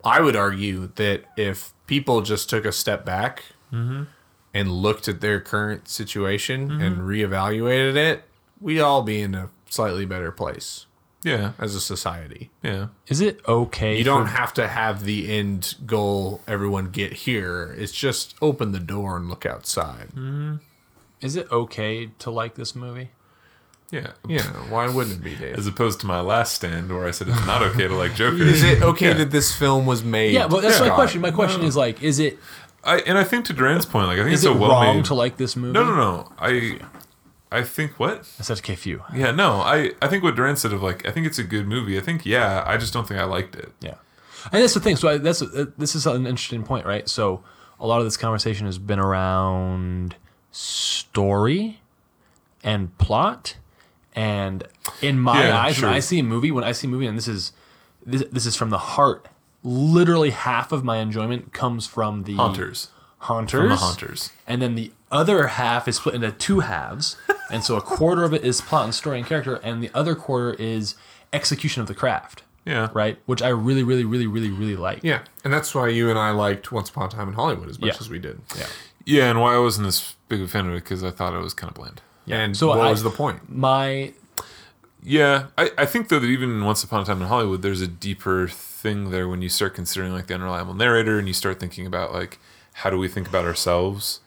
[SPEAKER 3] I would argue that if people just took a step back
[SPEAKER 2] Mm-hmm.
[SPEAKER 3] and looked at their current situation and reevaluated it, we'd all be in a slightly better place
[SPEAKER 1] Yeah,
[SPEAKER 3] as a society.
[SPEAKER 1] yeah.
[SPEAKER 2] Is it okay?
[SPEAKER 3] You don't have to have the end goal. Everyone get here. It's just open the door and look outside.
[SPEAKER 2] Mm-hmm. Is it okay to like this movie?
[SPEAKER 1] Yeah.
[SPEAKER 3] Yeah, why wouldn't it be, Dave?
[SPEAKER 1] As opposed to my last stand where I said it's not okay to like Joker.
[SPEAKER 3] Is it okay that this film was made?
[SPEAKER 2] Yeah, but that's my
[SPEAKER 3] God.
[SPEAKER 2] question. My question is like, is it
[SPEAKER 1] I, and I think to Duran's point, like I think
[SPEAKER 2] is
[SPEAKER 1] it's
[SPEAKER 2] it
[SPEAKER 1] a well
[SPEAKER 2] wrong
[SPEAKER 1] made.
[SPEAKER 2] to like this movie?
[SPEAKER 1] no, no, no. I I think what?
[SPEAKER 2] That's such a few.
[SPEAKER 1] Yeah, no, I, I think what Duran said of like, I think it's a good movie. I think, yeah, I just don't think I liked it.
[SPEAKER 2] Yeah, and that's the thing. So I, that's uh, this is an interesting point, right? So a lot of this conversation has been around story and plot, and in my
[SPEAKER 1] Yeah,
[SPEAKER 2] eyes,
[SPEAKER 1] sure.
[SPEAKER 2] when I see a movie, when I see a movie, and this is this, this is from the heart. Literally half of my enjoyment comes from the
[SPEAKER 1] Haunters.
[SPEAKER 2] Haunters.
[SPEAKER 1] From the Haunters.
[SPEAKER 2] And then the other half is split into two halves. and so a quarter of it is plot and story and character, and the other quarter is execution of the craft.
[SPEAKER 1] Yeah.
[SPEAKER 2] Right? Which I really, really, really, really, really like.
[SPEAKER 3] Yeah, and that's why you and I liked Once Upon a Time in Hollywood as much
[SPEAKER 2] Yeah.
[SPEAKER 3] as we did.
[SPEAKER 2] Yeah.
[SPEAKER 1] Yeah, and why I wasn't as big a fan of it because I thought it was kind of bland.
[SPEAKER 3] And
[SPEAKER 2] So
[SPEAKER 3] what
[SPEAKER 2] I-
[SPEAKER 3] was the point?
[SPEAKER 2] My
[SPEAKER 1] Yeah, I, I think though that even in Once Upon a Time in Hollywood, there's a deeper thing there when you start considering like the unreliable narrator and you start thinking about like how do we think about ourselves,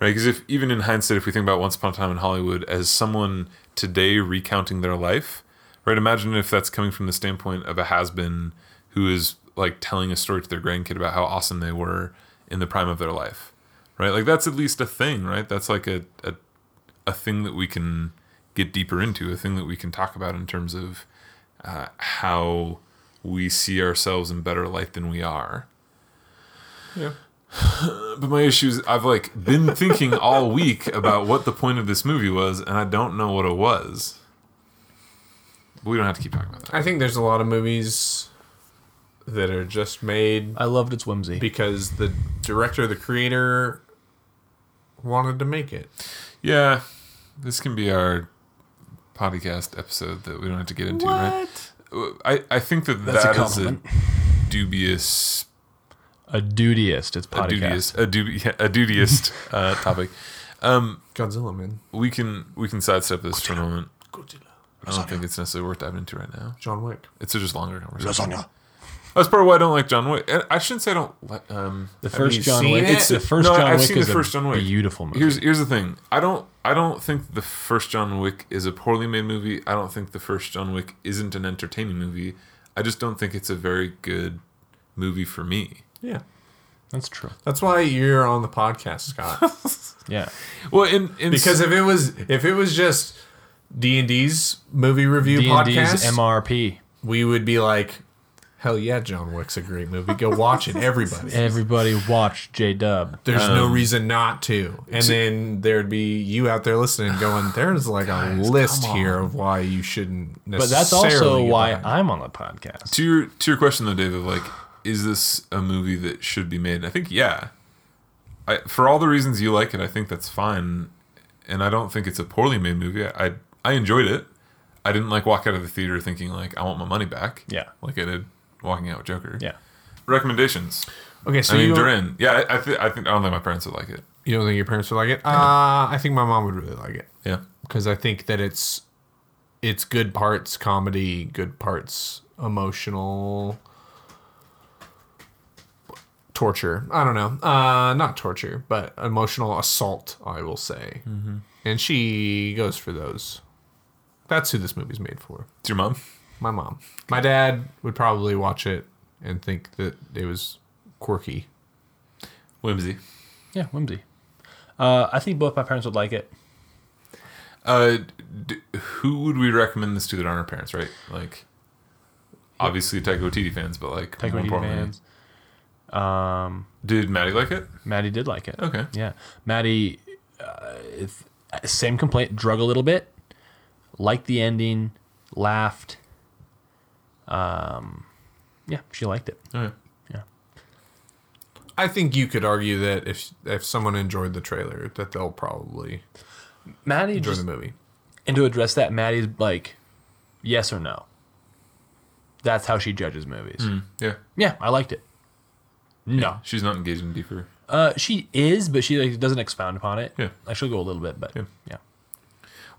[SPEAKER 1] right? Because if even in hindsight, if we think about Once Upon a Time in Hollywood as someone today recounting their life, right? Imagine if that's coming from the standpoint of a has been who is like telling a story to their grandkid about how awesome they were in the prime of their life, right? Like that's at least a thing, right? That's like a, a a thing that we can get deeper into, a thing that we can talk about in terms of uh, how we see ourselves in better light than we are.
[SPEAKER 3] Yeah.
[SPEAKER 1] But my issue is I've like been thinking all week about what the point of this movie was, and I don't know what it was. But we don't have to keep talking about that.
[SPEAKER 3] I think there's a lot of movies that are just made
[SPEAKER 2] I loved its whimsy.
[SPEAKER 3] because the director, the creator, wanted to make it.
[SPEAKER 1] Yeah, this can be our podcast episode that we don't have to get into, right? I, I think that
[SPEAKER 2] That's a
[SPEAKER 1] that is a
[SPEAKER 2] compliment.
[SPEAKER 1] dubious
[SPEAKER 2] a dudiest. It's
[SPEAKER 1] a
[SPEAKER 2] podcast.
[SPEAKER 1] dubious a, dubi- a dubiest uh, topic.
[SPEAKER 3] Godzilla, man.
[SPEAKER 1] We can we can sidestep this for a moment. I don't think it's necessarily worth diving into right now.
[SPEAKER 3] John Wick.
[SPEAKER 1] It's just longer conversation.
[SPEAKER 2] Lasagna.
[SPEAKER 1] That's part of why I don't like John Wick. And I shouldn't say I don't like. Um,
[SPEAKER 2] The
[SPEAKER 1] have
[SPEAKER 2] first
[SPEAKER 1] you
[SPEAKER 2] John
[SPEAKER 1] seen
[SPEAKER 2] Wick.
[SPEAKER 1] it?
[SPEAKER 2] The first
[SPEAKER 1] no,
[SPEAKER 2] John
[SPEAKER 1] I've
[SPEAKER 2] Wick
[SPEAKER 1] seen
[SPEAKER 2] is
[SPEAKER 1] the
[SPEAKER 2] a
[SPEAKER 1] first John Wick.
[SPEAKER 2] beautiful movie.
[SPEAKER 1] Here's here's the thing. I don't I don't think the first John Wick is a poorly made movie. I don't think the first John Wick isn't an entertaining movie. I just don't think it's a very good movie for me.
[SPEAKER 3] Yeah.
[SPEAKER 2] That's true.
[SPEAKER 3] That's why you're on the podcast, Scott.
[SPEAKER 2] Yeah.
[SPEAKER 1] Well, in, in
[SPEAKER 3] because if it was if it was just D and D's movie review
[SPEAKER 2] D&D's
[SPEAKER 3] podcast,
[SPEAKER 2] MRP.
[SPEAKER 3] we would be like, hell yeah, John Wick's a great movie. Go watch it, everybody.
[SPEAKER 2] Everybody watch J Dub.
[SPEAKER 3] There's no
[SPEAKER 2] Um,
[SPEAKER 3] reason not to. And then there'd be you out there listening, going, "There's like a list here of why you shouldn't."
[SPEAKER 2] But that's
[SPEAKER 3] Necessarily
[SPEAKER 2] also why
[SPEAKER 3] buy it."
[SPEAKER 2] I'm on the podcast.
[SPEAKER 1] to your to your question though, Dave, of like, is this a movie that should be made? I think yeah. I for all the reasons you like it, I think that's fine, and I don't think it's a poorly made movie. I I, I enjoyed it. I didn't like walk out of the theater thinking like I want my money back.
[SPEAKER 2] Yeah.
[SPEAKER 1] like I did walking out with Joker.
[SPEAKER 2] Yeah.
[SPEAKER 1] Recommendations.
[SPEAKER 3] Okay, so
[SPEAKER 1] I mean,
[SPEAKER 3] you, don't,
[SPEAKER 1] Duran. Yeah, I I, th- I think I don't think my parents would like it.
[SPEAKER 3] you don't think your parents would like it? Uh, I think my mom would really like it
[SPEAKER 1] Yeah.
[SPEAKER 3] because I think that it's it's good parts comedy, good parts emotional torture. I don't know, uh, not torture, but emotional assault. I will say, and she goes for those. That's who this movie's made for.
[SPEAKER 1] It's your mom.
[SPEAKER 3] My mom. My dad would probably watch it and think that it was quirky.
[SPEAKER 1] Whimsy.
[SPEAKER 2] Yeah, whimsy. Uh, I think both my parents would like it.
[SPEAKER 1] Uh, d- who would we recommend this to that aren't our parents? Right, like obviously Taika Waititi fans, but like
[SPEAKER 2] Take
[SPEAKER 1] more
[SPEAKER 2] what you
[SPEAKER 1] importantly-
[SPEAKER 2] fans.
[SPEAKER 1] Did Maddie like it?
[SPEAKER 2] Maddie did like it.
[SPEAKER 1] Okay.
[SPEAKER 2] Yeah. Maddie, uh, if- same complaint, drug a little bit, liked the ending, laughed. Um, yeah, she liked it.
[SPEAKER 1] All right.
[SPEAKER 3] I think you could argue that if if someone enjoyed the trailer, that they'll probably
[SPEAKER 2] Maddie
[SPEAKER 3] enjoy
[SPEAKER 2] just,
[SPEAKER 3] the movie.
[SPEAKER 2] and to address that, Maddie's like, yes or no. That's how she judges movies.
[SPEAKER 1] Hmm. Yeah.
[SPEAKER 2] Yeah, I liked it. No,
[SPEAKER 1] She's not engaging deeper.
[SPEAKER 2] uh, she is, but she like, doesn't expound upon it.
[SPEAKER 1] Yeah.
[SPEAKER 2] like she'll go a little bit, but yeah,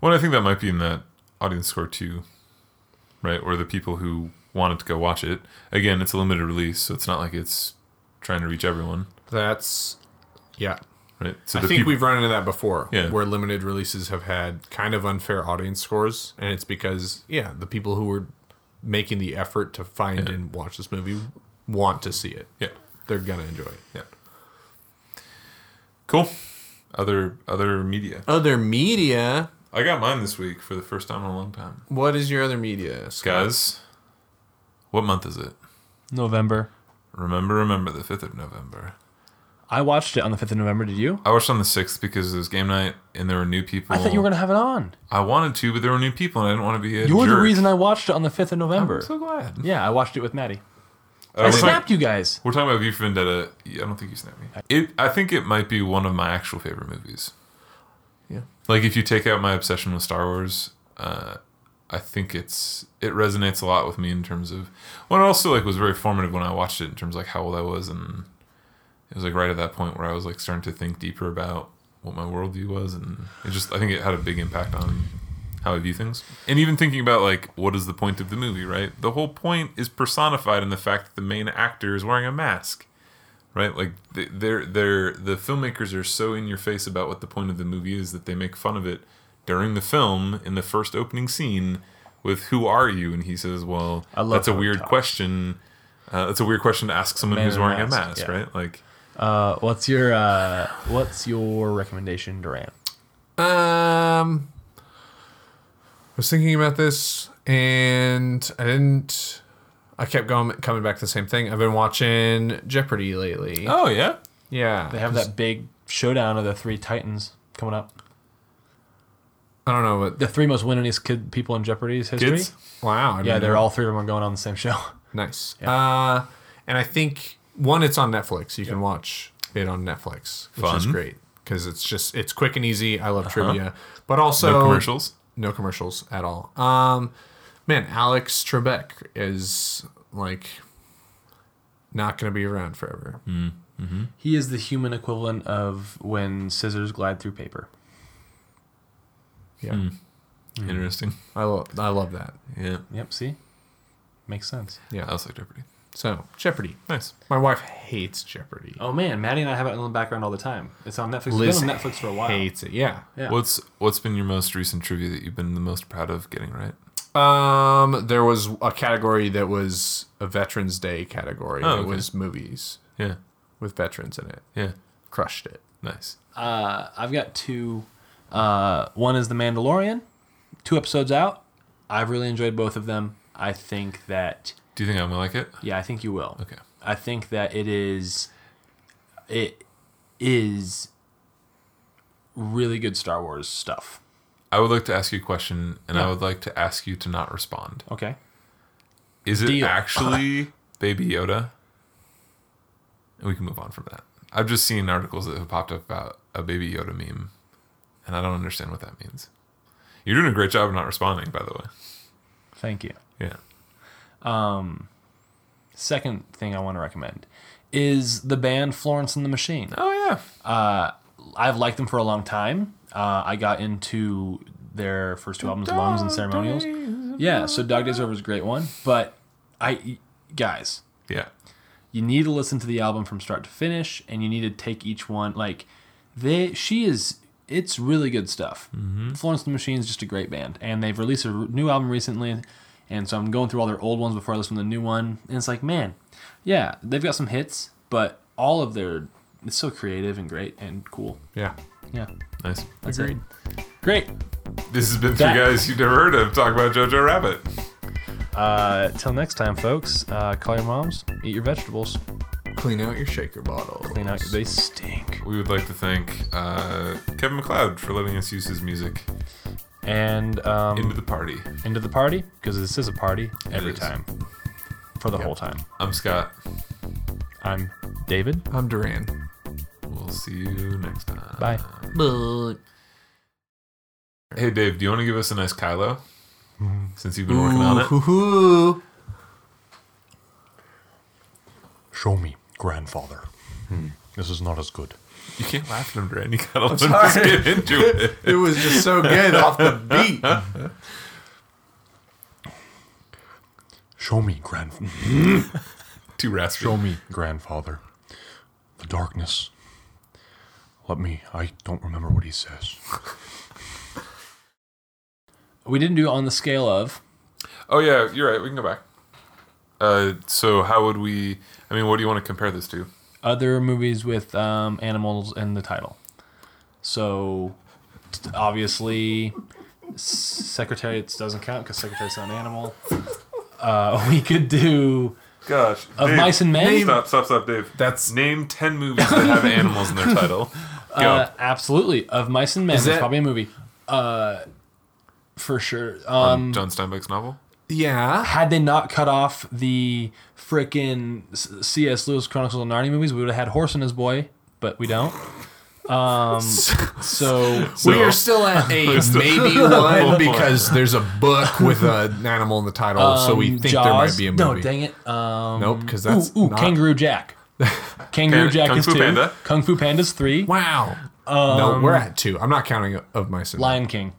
[SPEAKER 1] Well, I think that might be in that audience score too, right? Or the people who wanted to go watch it. Again, it's a limited release, so it's not like it's trying to reach everyone,
[SPEAKER 3] That's yeah.
[SPEAKER 1] right? So
[SPEAKER 3] I
[SPEAKER 1] the
[SPEAKER 3] think
[SPEAKER 1] peop-
[SPEAKER 3] we've run into that before,
[SPEAKER 1] Yeah.
[SPEAKER 3] where limited releases have had kind of unfair audience scores, and it's because yeah, the people who were making the effort to find and watch this movie want to see it.
[SPEAKER 1] yeah,
[SPEAKER 3] They're gonna enjoy it.
[SPEAKER 1] yeah. Cool. Other other media.
[SPEAKER 3] Other media.
[SPEAKER 1] I got mine this week for the first time in a long time,
[SPEAKER 3] What is your other media, Scott?
[SPEAKER 1] guys. What month is it?
[SPEAKER 2] November.
[SPEAKER 1] Remember, remember the fifth of November.
[SPEAKER 2] I watched it on the fifth of November. Did you?
[SPEAKER 1] I watched on the sixth because it was game night and there were new people.
[SPEAKER 2] I thought you were gonna have it on.
[SPEAKER 1] I wanted to, but there were new people and I didn't want to be a
[SPEAKER 2] You're the
[SPEAKER 1] jerk.
[SPEAKER 2] reason I watched it on the 5th of November.
[SPEAKER 1] I'm so glad.
[SPEAKER 2] yeah, I watched it with Maddie.
[SPEAKER 1] Uh,
[SPEAKER 3] Oh,
[SPEAKER 2] I
[SPEAKER 1] we're, talking,
[SPEAKER 2] snapped you guys.
[SPEAKER 1] we're talking about V for Vendetta. Yeah, I don't think you snapped me. It, I think it might be one of my actual favorite movies.
[SPEAKER 3] Yeah.
[SPEAKER 1] Like if you take out my obsession with Star Wars, uh, I think it's it resonates a lot with me in terms of. Well, it also like was very formative when I watched it in terms of like how old I was, and it was like right at that point where I was like starting to think deeper about what my worldview was, and it just I think it had a big impact on how I view things, and even thinking about like what is the point of the movie, right? The whole point is personified in the fact that the main actor is wearing a mask right? Like th- they're they're the filmmakers are so in your face about what the point of the movie is that they make fun of it during the film in the first opening scene with "Who are you?" and he says, "Well,
[SPEAKER 2] I love
[SPEAKER 1] that's a
[SPEAKER 2] how it
[SPEAKER 1] weird
[SPEAKER 2] talks.
[SPEAKER 1] question. Uh, that's a weird question to ask someone
[SPEAKER 2] Man
[SPEAKER 1] who's
[SPEAKER 2] in a
[SPEAKER 1] wearing a
[SPEAKER 2] mask,
[SPEAKER 1] mask,
[SPEAKER 2] yeah.
[SPEAKER 1] right? Like,
[SPEAKER 2] Uh, what's your uh, What's your recommendation, Durant?
[SPEAKER 3] Um, I was thinking about this, and I didn't. I kept going, coming back to the same thing. I've been watching Jeopardy lately.
[SPEAKER 1] oh yeah,
[SPEAKER 3] Yeah,
[SPEAKER 2] They have that big showdown of the three titans coming up.
[SPEAKER 3] I don't know, but
[SPEAKER 2] The three most winningest kid people in Jeopardy's history.
[SPEAKER 1] kids.
[SPEAKER 3] wow. I
[SPEAKER 2] Yeah,
[SPEAKER 3] didn't
[SPEAKER 2] they're
[SPEAKER 3] know.
[SPEAKER 2] all three of them are going on the same show.
[SPEAKER 3] nice. Uh, and I think one, it's on Netflix. You can watch it on Netflix, which is
[SPEAKER 1] Fun.
[SPEAKER 3] great because it's just it's quick and easy. I
[SPEAKER 2] Uh-huh.
[SPEAKER 3] love trivia, but also
[SPEAKER 1] No commercials.
[SPEAKER 3] no commercials at all. Um, man, Alex Trebek is like not going to be around forever.
[SPEAKER 1] Hmm.
[SPEAKER 2] He is the human equivalent of when scissors glide through paper.
[SPEAKER 3] Yeah,
[SPEAKER 1] Hmm. Interesting.
[SPEAKER 3] I love I love that.
[SPEAKER 1] Yeah,
[SPEAKER 2] Yep. See, makes sense.
[SPEAKER 1] I
[SPEAKER 3] Yeah,
[SPEAKER 1] Uh, also like Jeopardy.
[SPEAKER 3] So Jeopardy.
[SPEAKER 1] Nice.
[SPEAKER 3] My wife hates Jeopardy.
[SPEAKER 2] Oh man, Maddie and I have it in the background all the time. It's on Netflix.
[SPEAKER 3] Liz
[SPEAKER 2] it's been on Netflix for a while.
[SPEAKER 3] hates it. Yeah.
[SPEAKER 2] Yeah.
[SPEAKER 1] What's what's been your most recent trivia that you've been the most proud of getting right?
[SPEAKER 3] Um, there was a category that was a Veterans Day category.
[SPEAKER 1] Oh,
[SPEAKER 3] It
[SPEAKER 1] okay.
[SPEAKER 3] was movies
[SPEAKER 1] Yeah.
[SPEAKER 3] with veterans in it.
[SPEAKER 1] Yeah.
[SPEAKER 3] Crushed it.
[SPEAKER 1] Nice.
[SPEAKER 2] Uh, I've got two. Uh, one is The Mandalorian. Two episodes out. I've really enjoyed both of them. I think that
[SPEAKER 1] Do you think I'm gonna like it?
[SPEAKER 2] yeah, I think you will.
[SPEAKER 1] Okay.
[SPEAKER 2] I think that it is it is really good Star Wars stuff.
[SPEAKER 1] I would like to ask you a question, and I
[SPEAKER 2] Yeah.
[SPEAKER 1] would like to ask you to not respond.
[SPEAKER 2] Okay.
[SPEAKER 1] Is it
[SPEAKER 2] Deal.
[SPEAKER 1] actually Baby Yoda? And we can move on from that. I've just seen articles that have popped up about a Baby Yoda meme, and I don't understand what that means. You're doing a great job of not responding, by the way.
[SPEAKER 2] Thank you.
[SPEAKER 1] Yeah.
[SPEAKER 2] Second thing I want to recommend is the band Florence and the Machine. Uh,
[SPEAKER 1] Oh yeah.
[SPEAKER 2] I've liked them for a long time. Uh, I got into their first two albums, Moms and Ceremonials. Yeah, so Dog Days Over is a great one, but I guys,
[SPEAKER 1] Yeah.
[SPEAKER 2] you need to listen to the album from start to finish and you need to take each one like they she is it's really good stuff
[SPEAKER 5] Mm-hmm.
[SPEAKER 2] florence and the machine is just a great band and they've released a r- new album recently and so i'm going through all their old ones before i listen to the new one and it's like man yeah they've got some hits but all of their it's so creative and great and cool
[SPEAKER 3] Yeah.
[SPEAKER 2] yeah
[SPEAKER 1] Nice.
[SPEAKER 2] that's Agreed. great
[SPEAKER 1] This has been three
[SPEAKER 2] That-
[SPEAKER 1] guys you've never heard of talk about Jojo Rabbit.
[SPEAKER 5] Uh, till next time, folks. Uh, call your moms. Eat your vegetables.
[SPEAKER 3] Clean out your shaker bottle.
[SPEAKER 5] Clean out. They stink.
[SPEAKER 1] We would like to thank uh, Kevin McLeod for letting us use his music
[SPEAKER 5] And um,
[SPEAKER 1] into the party.
[SPEAKER 5] into the party because this is a party every
[SPEAKER 1] is.
[SPEAKER 5] time for the whole time.
[SPEAKER 1] I'm Scott.
[SPEAKER 5] I'm David.
[SPEAKER 3] I'm Duran.
[SPEAKER 1] We'll see you next time.
[SPEAKER 5] Bye.
[SPEAKER 1] Hey Dave, do you want to give us a nice Kylo? Since you've been working on it.
[SPEAKER 3] Woohoo.
[SPEAKER 5] Show me, grandfather. Hmm. This is not as good.
[SPEAKER 1] You can't laugh at him, Duran. You gotta let him just get into it.
[SPEAKER 3] It was just so good off the beat.
[SPEAKER 5] Show me, grandfather.
[SPEAKER 1] Too raspy.
[SPEAKER 5] Show me, grandfather, the darkness. Let me. I don't remember what he says.
[SPEAKER 2] we didn't do on the scale of
[SPEAKER 1] Oh yeah, you're right. We can go back. Uh, so how would we? I mean, what do you want to compare this to?
[SPEAKER 2] other movies with um, animals in the title. So, t- obviously, Secretariat doesn't count because Secretariat's not an animal. Uh, we could do
[SPEAKER 1] Gosh,
[SPEAKER 2] Of Dave, Mice and Men? name-
[SPEAKER 1] Stop, stop, stop, Dave. That's name ten movies that have animals in their title. Go.
[SPEAKER 2] uh, absolutely of mice and men. It's
[SPEAKER 3] that-
[SPEAKER 2] probably a movie, uh, for sure. Um,
[SPEAKER 1] Um, John Steinbeck's novel.
[SPEAKER 3] Yeah.
[SPEAKER 2] had they not cut off the frickin' S- C.S. Lewis Chronicles of Narnia movies, we would have had Horse and His Boy, but we don't. Um, so
[SPEAKER 3] we are still at eight, maybe one, because there's a book with a- an animal in the title, so we
[SPEAKER 2] Um,
[SPEAKER 3] think there
[SPEAKER 2] Jaws?
[SPEAKER 3] might be a movie.
[SPEAKER 2] No, dang it. Um,
[SPEAKER 3] Nope, because that's
[SPEAKER 2] ooh, ooh
[SPEAKER 3] not-
[SPEAKER 2] Kangaroo Jack. Kangaroo
[SPEAKER 1] Pan-
[SPEAKER 2] Jack
[SPEAKER 1] Kung
[SPEAKER 2] is
[SPEAKER 1] Fu
[SPEAKER 2] two.
[SPEAKER 1] Panda.
[SPEAKER 2] Kung Fu Panda's three.
[SPEAKER 3] Wow. no, we're at two. I'm not counting of my sin.
[SPEAKER 2] Lion King.